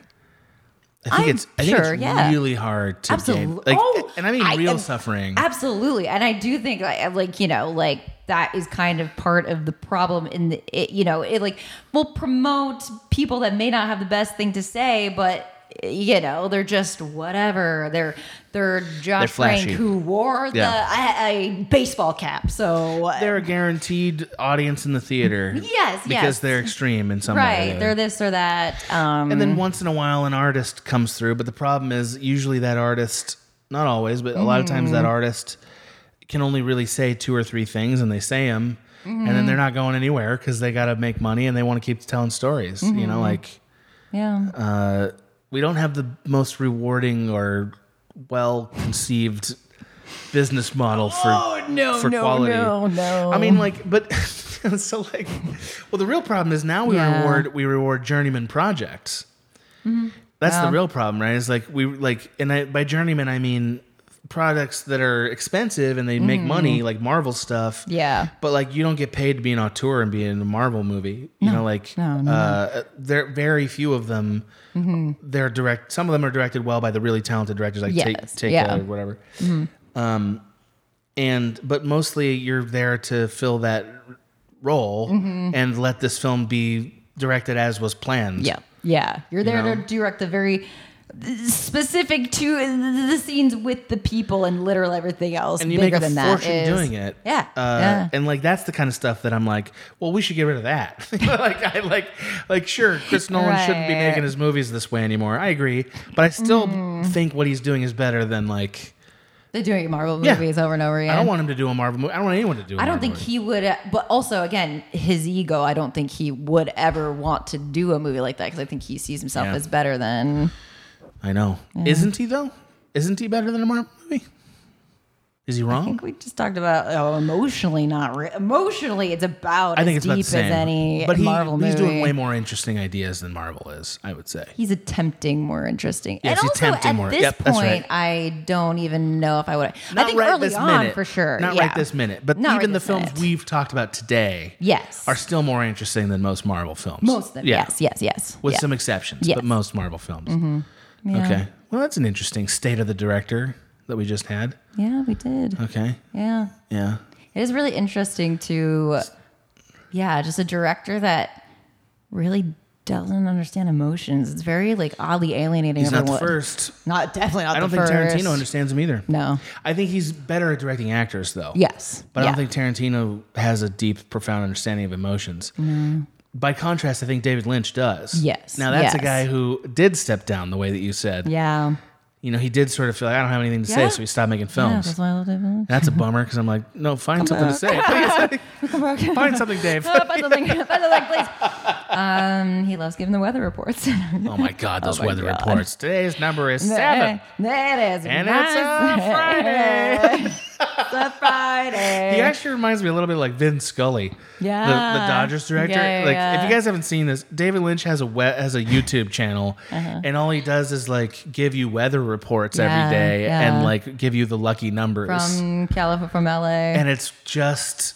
I think
I'm
it's I think
sure,
it's
yeah.
really hard to gain,
Absolutely.
like,
Oh,
and I mean
I
real
am-
suffering.
Absolutely, and I do think like, like you know like that is kind of part of the problem in the it, you know it like will promote people that may not have the best thing to say, but you know they're just whatever they're they're Josh
They're flashy.
Frank who wore the
Yeah.
I, I baseball cap, so uh,
they're a guaranteed audience in the theater.
Yes,
because
yes.
they're extreme in some way. or the
right
other.
they're this or that. Um,
And then once in a while, an artist comes through. But the problem is, usually that artist, not always, but a lot of times
Mm.
that artist can only really say two or three things and they say them. And then they're
Mm-hmm.
not going anywhere because they got to make money and they want to keep telling stories. You know,
Mm-hmm.
like
yeah,
uh, we don't have the most rewarding or well conceived business model for
Oh, no,
for quality.
no.
I mean, like, but so like, well, the real problem is now we
Yeah. Mm-hmm.
reward we reward journeyman projects. That's the real problem, right? Is like we like, and I, by journeyman I mean products that are expensive and they make
Mm-hmm.
money, like Marvel stuff.
Yeah.
but like you don't get paid to be an auteur and be in a Marvel movie. You know, like
No, Mm-hmm. no,
uh, there are very few of them. They're direct. Some of them are directed well by the really talented directors, like
Yes,
take take
yeah. Mm-hmm.
uh, whatever. Um, and but mostly you're there to fill that role
Mm-hmm.
and let this film be directed as was planned.
Yeah, yeah. You're there
know?
to direct the very specific to the scenes with the people and literal everything else.
and you
bigger
make a
than that
fortune
is-
doing it.
Yeah,
Uh,
yeah.
and like that's the kind of stuff that I'm like, well, we should get rid of that. like I like like sure, Chris Nolan shouldn't be
Right. Mm-hmm.
making his movies this way anymore. I agree, but I still think what he's doing is better than like
They're doing Marvel
Yeah.
movies over and over again.
I don't want him to do a Marvel movie. I don't want anyone to do. I
I don't think he would, uh, but also again, his ego. I don't think he would ever want to do a movie like that because I think he sees himself
Yeah.
as better than.
I know. Isn't he though? Isn't he better than a Marvel movie? Is he
I
wrong?
think we just talked about oh, emotionally not re- emotionally. It's about
I think it's
as deep
about the same.
as any
but he,
Marvel movie.
he's doing way more interesting ideas than Marvel is, I would say.
He's attempting more interesting.
Yes,
and
he's
also
attempting
at
more.
this
Yep,
point,
that's right.
I don't even know if I would. I
Not
think
right
early
this
on
minute.
for sure.
Not
yeah.
right this minute. But
Not right
even the
this
films
minute.
we've talked about today
Yes.
are still more interesting than most Marvel films.
Most of them.
Yeah.
Yes, yes, yes.
With
yeah.
some exceptions,
Yes. Mm-hmm.
but most Marvel films.
Yeah.
Okay. Well, that's an interesting state of the director that we just had.
Yeah, we did.
Okay.
Yeah.
Yeah.
It is really interesting to, yeah, just a director that really doesn't understand emotions. It's very like oddly alienating.
He's not the
everyone.
first.
Not definitely not.
I don't
the
think
first.
Tarantino understands him either.
No.
I think he's better at directing actors, though.
Yes.
But
yeah.
I don't think Tarantino has a deep, profound understanding of emotions. By contrast, I think David Lynch does.
Yes,
Now, that's a
yes.
guy who did step down the way that you said.
Yeah.
You know, he did sort of feel like, I don't have anything to say,
Yeah.
so he stopped making
Yeah,
films.
that's why I love David Lynch.
that's a bummer because I'm like, no, find something to say.
Come back.
find something, Dave.
Uh, by the way- by the way, please. Um, he loves giving the weather reports.
Oh my God, those
my
weather
God.
reports. Today's number is seven.
There it is.
And it's a Friday.
It's a Friday.
He actually reminds me a little bit like Vin Scully,
Yeah.
the, the Dodgers director.
Yeah, yeah,
like,
yeah.
if you guys haven't seen this, David Lynch has a we- has a YouTube channel, and all he does is like give you weather reports
Uh-huh. Yeah,
every day
yeah.
and like give you the lucky numbers,
From California, from LA.
and it's just.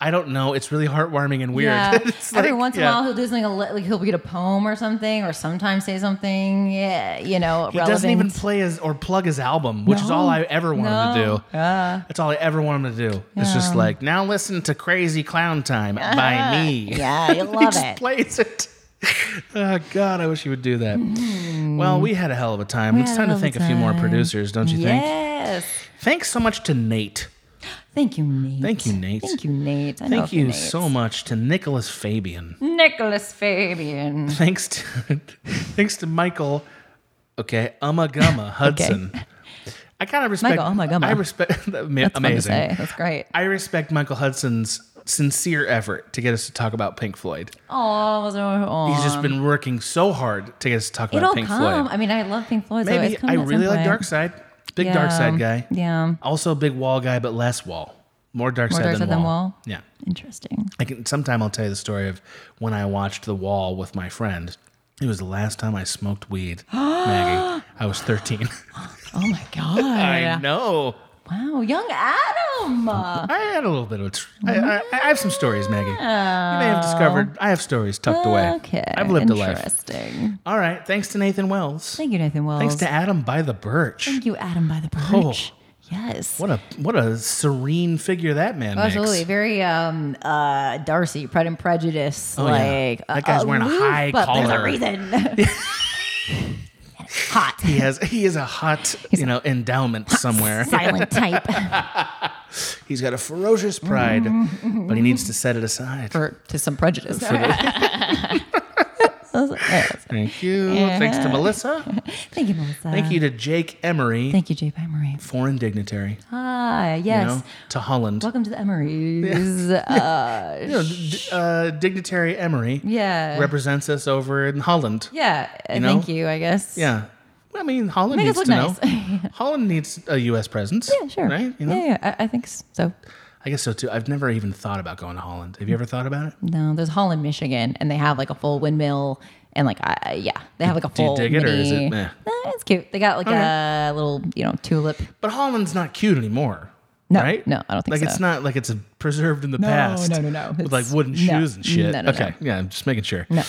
I don't know. It's really heartwarming and weird.
Yeah.
It's
Every
like-
once in
yeah.
a while, he'll do something like like he'll read a poem or something, or sometimes say something. Yeah, you know,
He
relevant.
doesn't even play his or plug his album, which is
No.
all I ever want him to
No.
do. That's all I ever want him to do. It's just like now listen to Crazy Clown Time by me.
yeah, you'll
he
love
just
it.
plays it. oh God, I wish he would do that. Well, we had a hell of a time. it's
Mm-hmm. had
time to
a hell of a
thank a few more
time.
producers, don't you think?
yes.
Thanks so much to Nate.
Thank you, Nate.
Thank you, Nate.
Thank you, Nate. I know
Thank
of
you
Nate.
so much to Nicholas Fabian.
Nicholas Fabian.
Thanks to thanks to Michael. Okay, Umagama Hudson. I kind of respect
Michael Umagama.
I respect that- ama-
That's fun to
amazing.
say. That's great.
I respect Michael Hudson's sincere effort to get us to talk about Pink Floyd.
Oh, was oh.
He's just been working so hard to get us to talk
It'll
about Pink
come.
Floyd.
I mean, I love Pink Floyd. so
Maybe
it's
I
coming at some
really like
point.
Dark Side. Big Dark Side guy.
Yeah.
Also a big wall guy, but less wall. More dark side,
Dark
than,
Side than
wall.
Wall?
Yeah.
Interesting.
I can sometime I'll tell you the story of when I watched The Wall with my friend. It was the last time I smoked weed, Maggie. I was 13.
Oh my god.
I know.
Wow, young Adam.
I had a little bit of a. Tr- I, I,
Mm-hmm.
I have some stories, Maggie. You may have discovered I have stories tucked away.
Oh, Okay.
I've lived a life.
Interesting.
All right. Thanks to Nathan Wells.
Thank you, Nathan Wells.
Thanks to Adam by the Birch.
Thank you, Adam by the Birch. Yes.
What a what a serene figure that man makes.
Absolutely, very um, uh, Darcy, Pride and Prejudice.
Oh, yeah.
like
That guy's
uh,
wearing a
aloof,
high
but
collar.
There's a reason. Hot,
He has he is a hot you know endowment somewhere.
silent type.
He's got a ferocious pride, but he needs to set it aside.
Mm-hmm. for to some prejudice.
Thank you. Thanks to Melissa.
Thank you, Melissa.
Thank you to Jake Emery,
Thank you, J. Pie Marie.
foreign dignitary.
Hi,
You
yes.
know, to Holland.
Welcome to the Emerys. Uh,
You know, d- uh, dignitary Emery
yeah.
represents us over in Holland.
yeah.
You know?
Thank you, I guess.
Yeah. I mean, Holland
Make us
needs to know.
look nice.
Holland needs a U.S. presence.
Yeah, sure.
Right? You know?
Yeah, yeah. I, I think so.
I guess so too. I've never even thought about going to Holland. Have you ever thought about it?
No, there's Holland, Michigan, and they have like a full windmill, and like, I, yeah, they have like a
Do you
full.
dig it, or is it
mini-
meh?
Nah, it's cute. They got like a little, you know, tulip.
But Holland's not cute anymore.
No,
right?
no, I don't think
like
so.
it's not like it's preserved in the past.
no, no, no.
With like
It's-
wooden
no.
shoes and shit.
No, no, no.
okay, yeah, I'm just making sure.
No.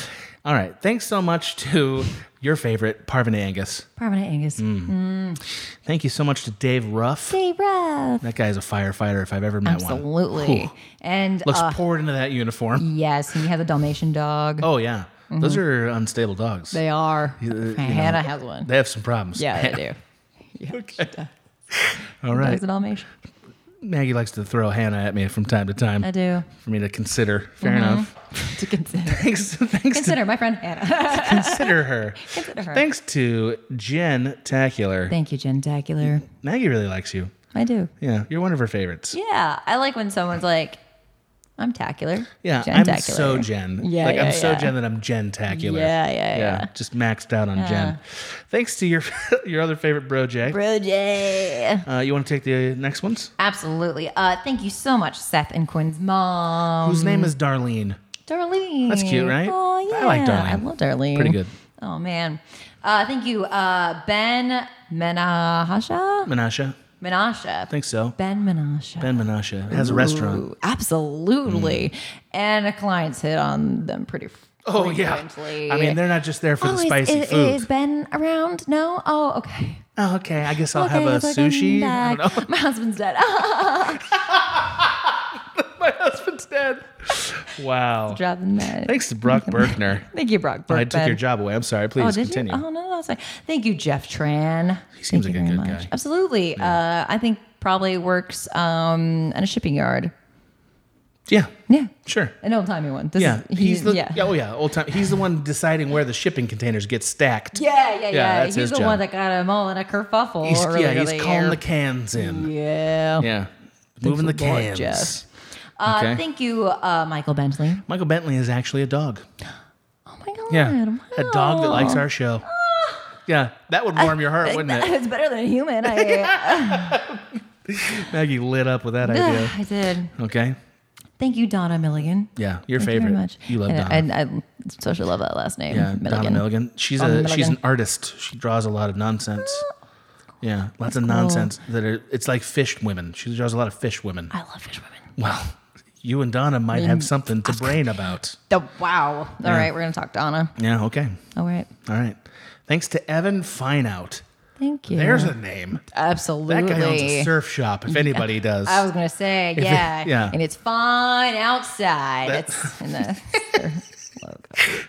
All right. Thanks so much to your favorite Parvati Angus.
Permanent Angus.
Mm. Thank you so much to Dave Ruff.
Stay rough.
That guy's a firefighter if I've ever met one.
Absolutely.
Whew.
And
Looks
uh,
poured into that uniform.
yes, and he has a Dalmatian dog.
Oh yeah, those are unstable dogs.
Mm-hmm. They are.
you
Hannah has one.
They have some problems.
yeah, they do.
All right.
Dogs a Dalmatian.
Maggie likes to throw Hannah at me from time to time.
I do.
for me to consider.
Mm-hmm.
Fair enough.
To consider.
Thanks, thanks
Consider my friend Hannah.
to consider her.
Consider her.
Thanks to Jen Tacular.
Thank you, Jen Tacular.
Maggie really likes you.
I do.
Yeah, you're one of her favorites.
Yeah, I like when someone's like, I'm tacular.
Yeah, I'm
Gentacular.
so Gen.
Yeah,
like
yeah,
I'm so
yeah.
Gen that I'm Gentacular.
Yeah, yeah, yeah.
Just maxed out on Gen. Thanks to your your other favorite bro, Jay.
Bro Jay.
Uh, you want to take the next ones?
Absolutely. Uh, thank you so much, Seth and Quinn's mom.
Whose name is Darlene?
Darlene.
That's cute, right?
Oh, yeah.
I like Darlene.
I love Darlene.
Pretty good.
Oh, man. Uh, thank you, uh, Ben Menahasha?
Menasha.
Menasha.
think so.
ben Menasha.
Ben Menasha has a restaurant. Mm.
Ooh, absolutely. And a client's hit on them pretty
Oh yeah.
frequently.
I mean, they're not just there for
Oh,
the
is-
spicy
is,
food.
Is Ben around? No? Oh, okay.
oh, okay. I guess I'll
okay,
have a
it's like I'm
sushi. I
back.
don't know.
My husband's dead.
My husband's dead. Wow.
Dropping that.
Thanks to Brock Berkner.
Thank you, Brock.
I
Burke,
took your
Ben.
job away. I'm sorry. Please
Oh, did
continue.
you? Oh no, that's fine. Thank you, Jeff Tran. He
seems like a good guy.
Absolutely. Uh, I think probably works um, in a shipping yard.
Yeah.
Yeah,
Sure.
an old timey one. This
Yeah,
is-
he's the
yeah.
yeah. oh yeah, old time. He's the one deciding where the shipping containers get stacked.
Yeah, yeah, yeah.
that's
He's
his
the
job.
one that got him all in a kerfuffle.
He's,
earlier
yeah, he's
that
calling
year.
the cans in.
Yeah.
Yeah, moving the
Mm. a lot,
cans.
Jeff. Uh,
Okay.
Thank you, uh, Michael Bentley.
Michael Bentley is actually a dog.
Oh my god.
Yeah, a dog that
wow. Ah.
likes our show. Yeah, that would warm your heart, wouldn't it?
It's better than a human. I,
Maggie lit up with that idea.
uh, I did.
Okay,
Thank you, Donna Milligan.
yeah, your
Thank
favorite.
You, very
love
much.
Donna.
and, And I especially love that last name.
yeah, Donna
Milligan.
Milligan. She's
Donna
a she's an
Milligan. Oh,
artist. She draws a lot of nonsense. Yeah, lots of nonsense that are. It's like fish women. She draws a lot of fish women.
I love fish women.
Well, you and Donna might
Mm.
have something to brain about.
The, wow. All right, we're gonna talk Donna.
Yeah, okay.
All right.
All right. Thanks to Evan Fineout.
Thank you.
There's a name.
absolutely.
That guy owns a surf shop, if anybody does.
I was gonna say
it-
yeah,
yeah.
and it's fine outside.
That-
it's in the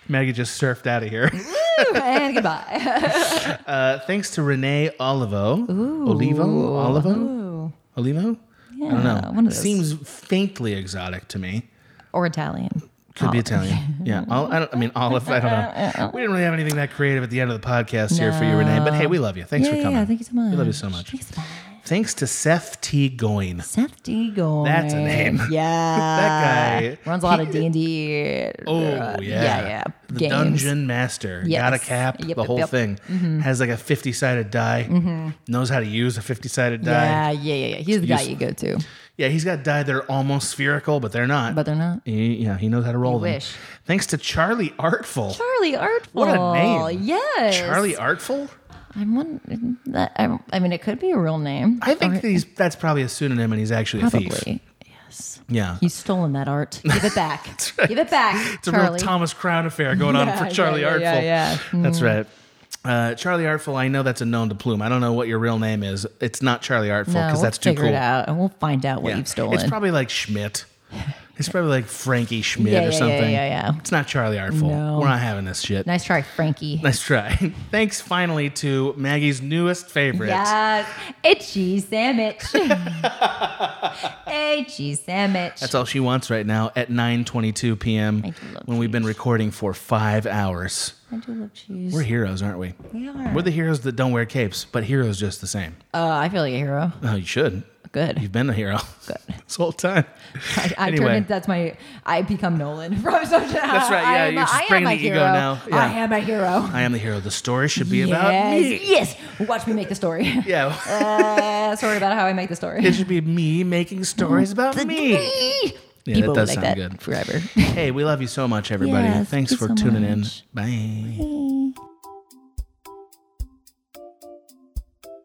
Maggie just surfed out of here.
and goodbye.
Uh, thanks to Renee Olivo. Olivo? Olivo? Olivo? I don't
Uh-huh. Yeah,
know.
one of those.
Seems faintly exotic to me.
Or Italian.
Could be Italian. Yeah. Ol- I, don't, I mean, Olive, I don't know. We didn't really have anything that creative at the end of the podcast here for you, Renee. But hey, we love you. Thanks
yeah,
for coming.
yeah. Thank you so much.
We love you so much.
Thanks, bye.
Thanks to Seth T. Goin.
Seth Deagle.
That's a name.
Yeah.
That guy-
runs a lot of
he-
D and D.
Oh yeah,
yeah, yeah.
The
Games.
dungeon master got a
Yes.
cap,
Yep,
the
yep,
whole
yep. Mm-hmm.
thing. Has like a fifty-sided die. Knows how to use a fifty-sided
Yeah,
die.
yeah, yeah, yeah. He's the guy
Useful.
you go to,
Yeah, he's got die that are almost spherical, but they're not.
but they're not.
He- yeah, he knows how to roll them.
wish.
Thanks to Charlie Artful.
Charlie Artful.
What a name.
Yes.
Charlie Artful.
I'm one. That, I, I mean, it could be a real name.
I think
Or-
that he's that's probably a pseudonym, and he's actually a thief.
probably. Yes.
Yeah,
He's stolen that art. Give it back. Give it back,
It's a real
Charlie.
Thomas Crown affair going on
Yeah,
for Charlie
yeah,
Artful.
yeah, yeah. Mm-hmm.
That's right. Uh, Charlie Artful, I know that's a known to plume. I don't know what your real name is. It's not Charlie Artful
no,
because
we'll
that's too
figure
cool.
it out, and we'll find out what
Yeah.
you've stolen.
It's probably like Schmidt. It's probably like Frankie Schmidt
Yeah, yeah,
or
yeah,
something.
yeah, yeah.
It's not Charlie Artful.
No.
We're not having this shit.
nice try, Frankie.
Nice try. Thanks finally to Maggie's newest favorite.
Yes, a cheese sandwich. a cheese sandwich.
That's all she wants right now at 9:22 p.m.
I do love
when we've been recording for 5 hours.
I do love cheese.
We're heroes, aren't we?
We are.
We're the heroes that don't wear capes, but heroes just the same.
uh, I feel like a hero.
Oh, you should.
Good.
You've been a hero
Good.
this whole time.
I, I
Anyway.
turn into, that's my. I become Nolan from Social. That's
right, yeah, you're just bringing the ego now. Yeah.
I am a hero.
I am the hero. The story should be about
Yes,
me.
yes. Watch me make the story.
Yeah.
uh, sorry about how I make the story.
It should be me making stories about me. Yeah,
People
that does
like
sound
that
good.
forever.
Hey, we love you so much, everybody.
Yes,
Thanks
thank you
for
so
tuning
much.
in. Bye.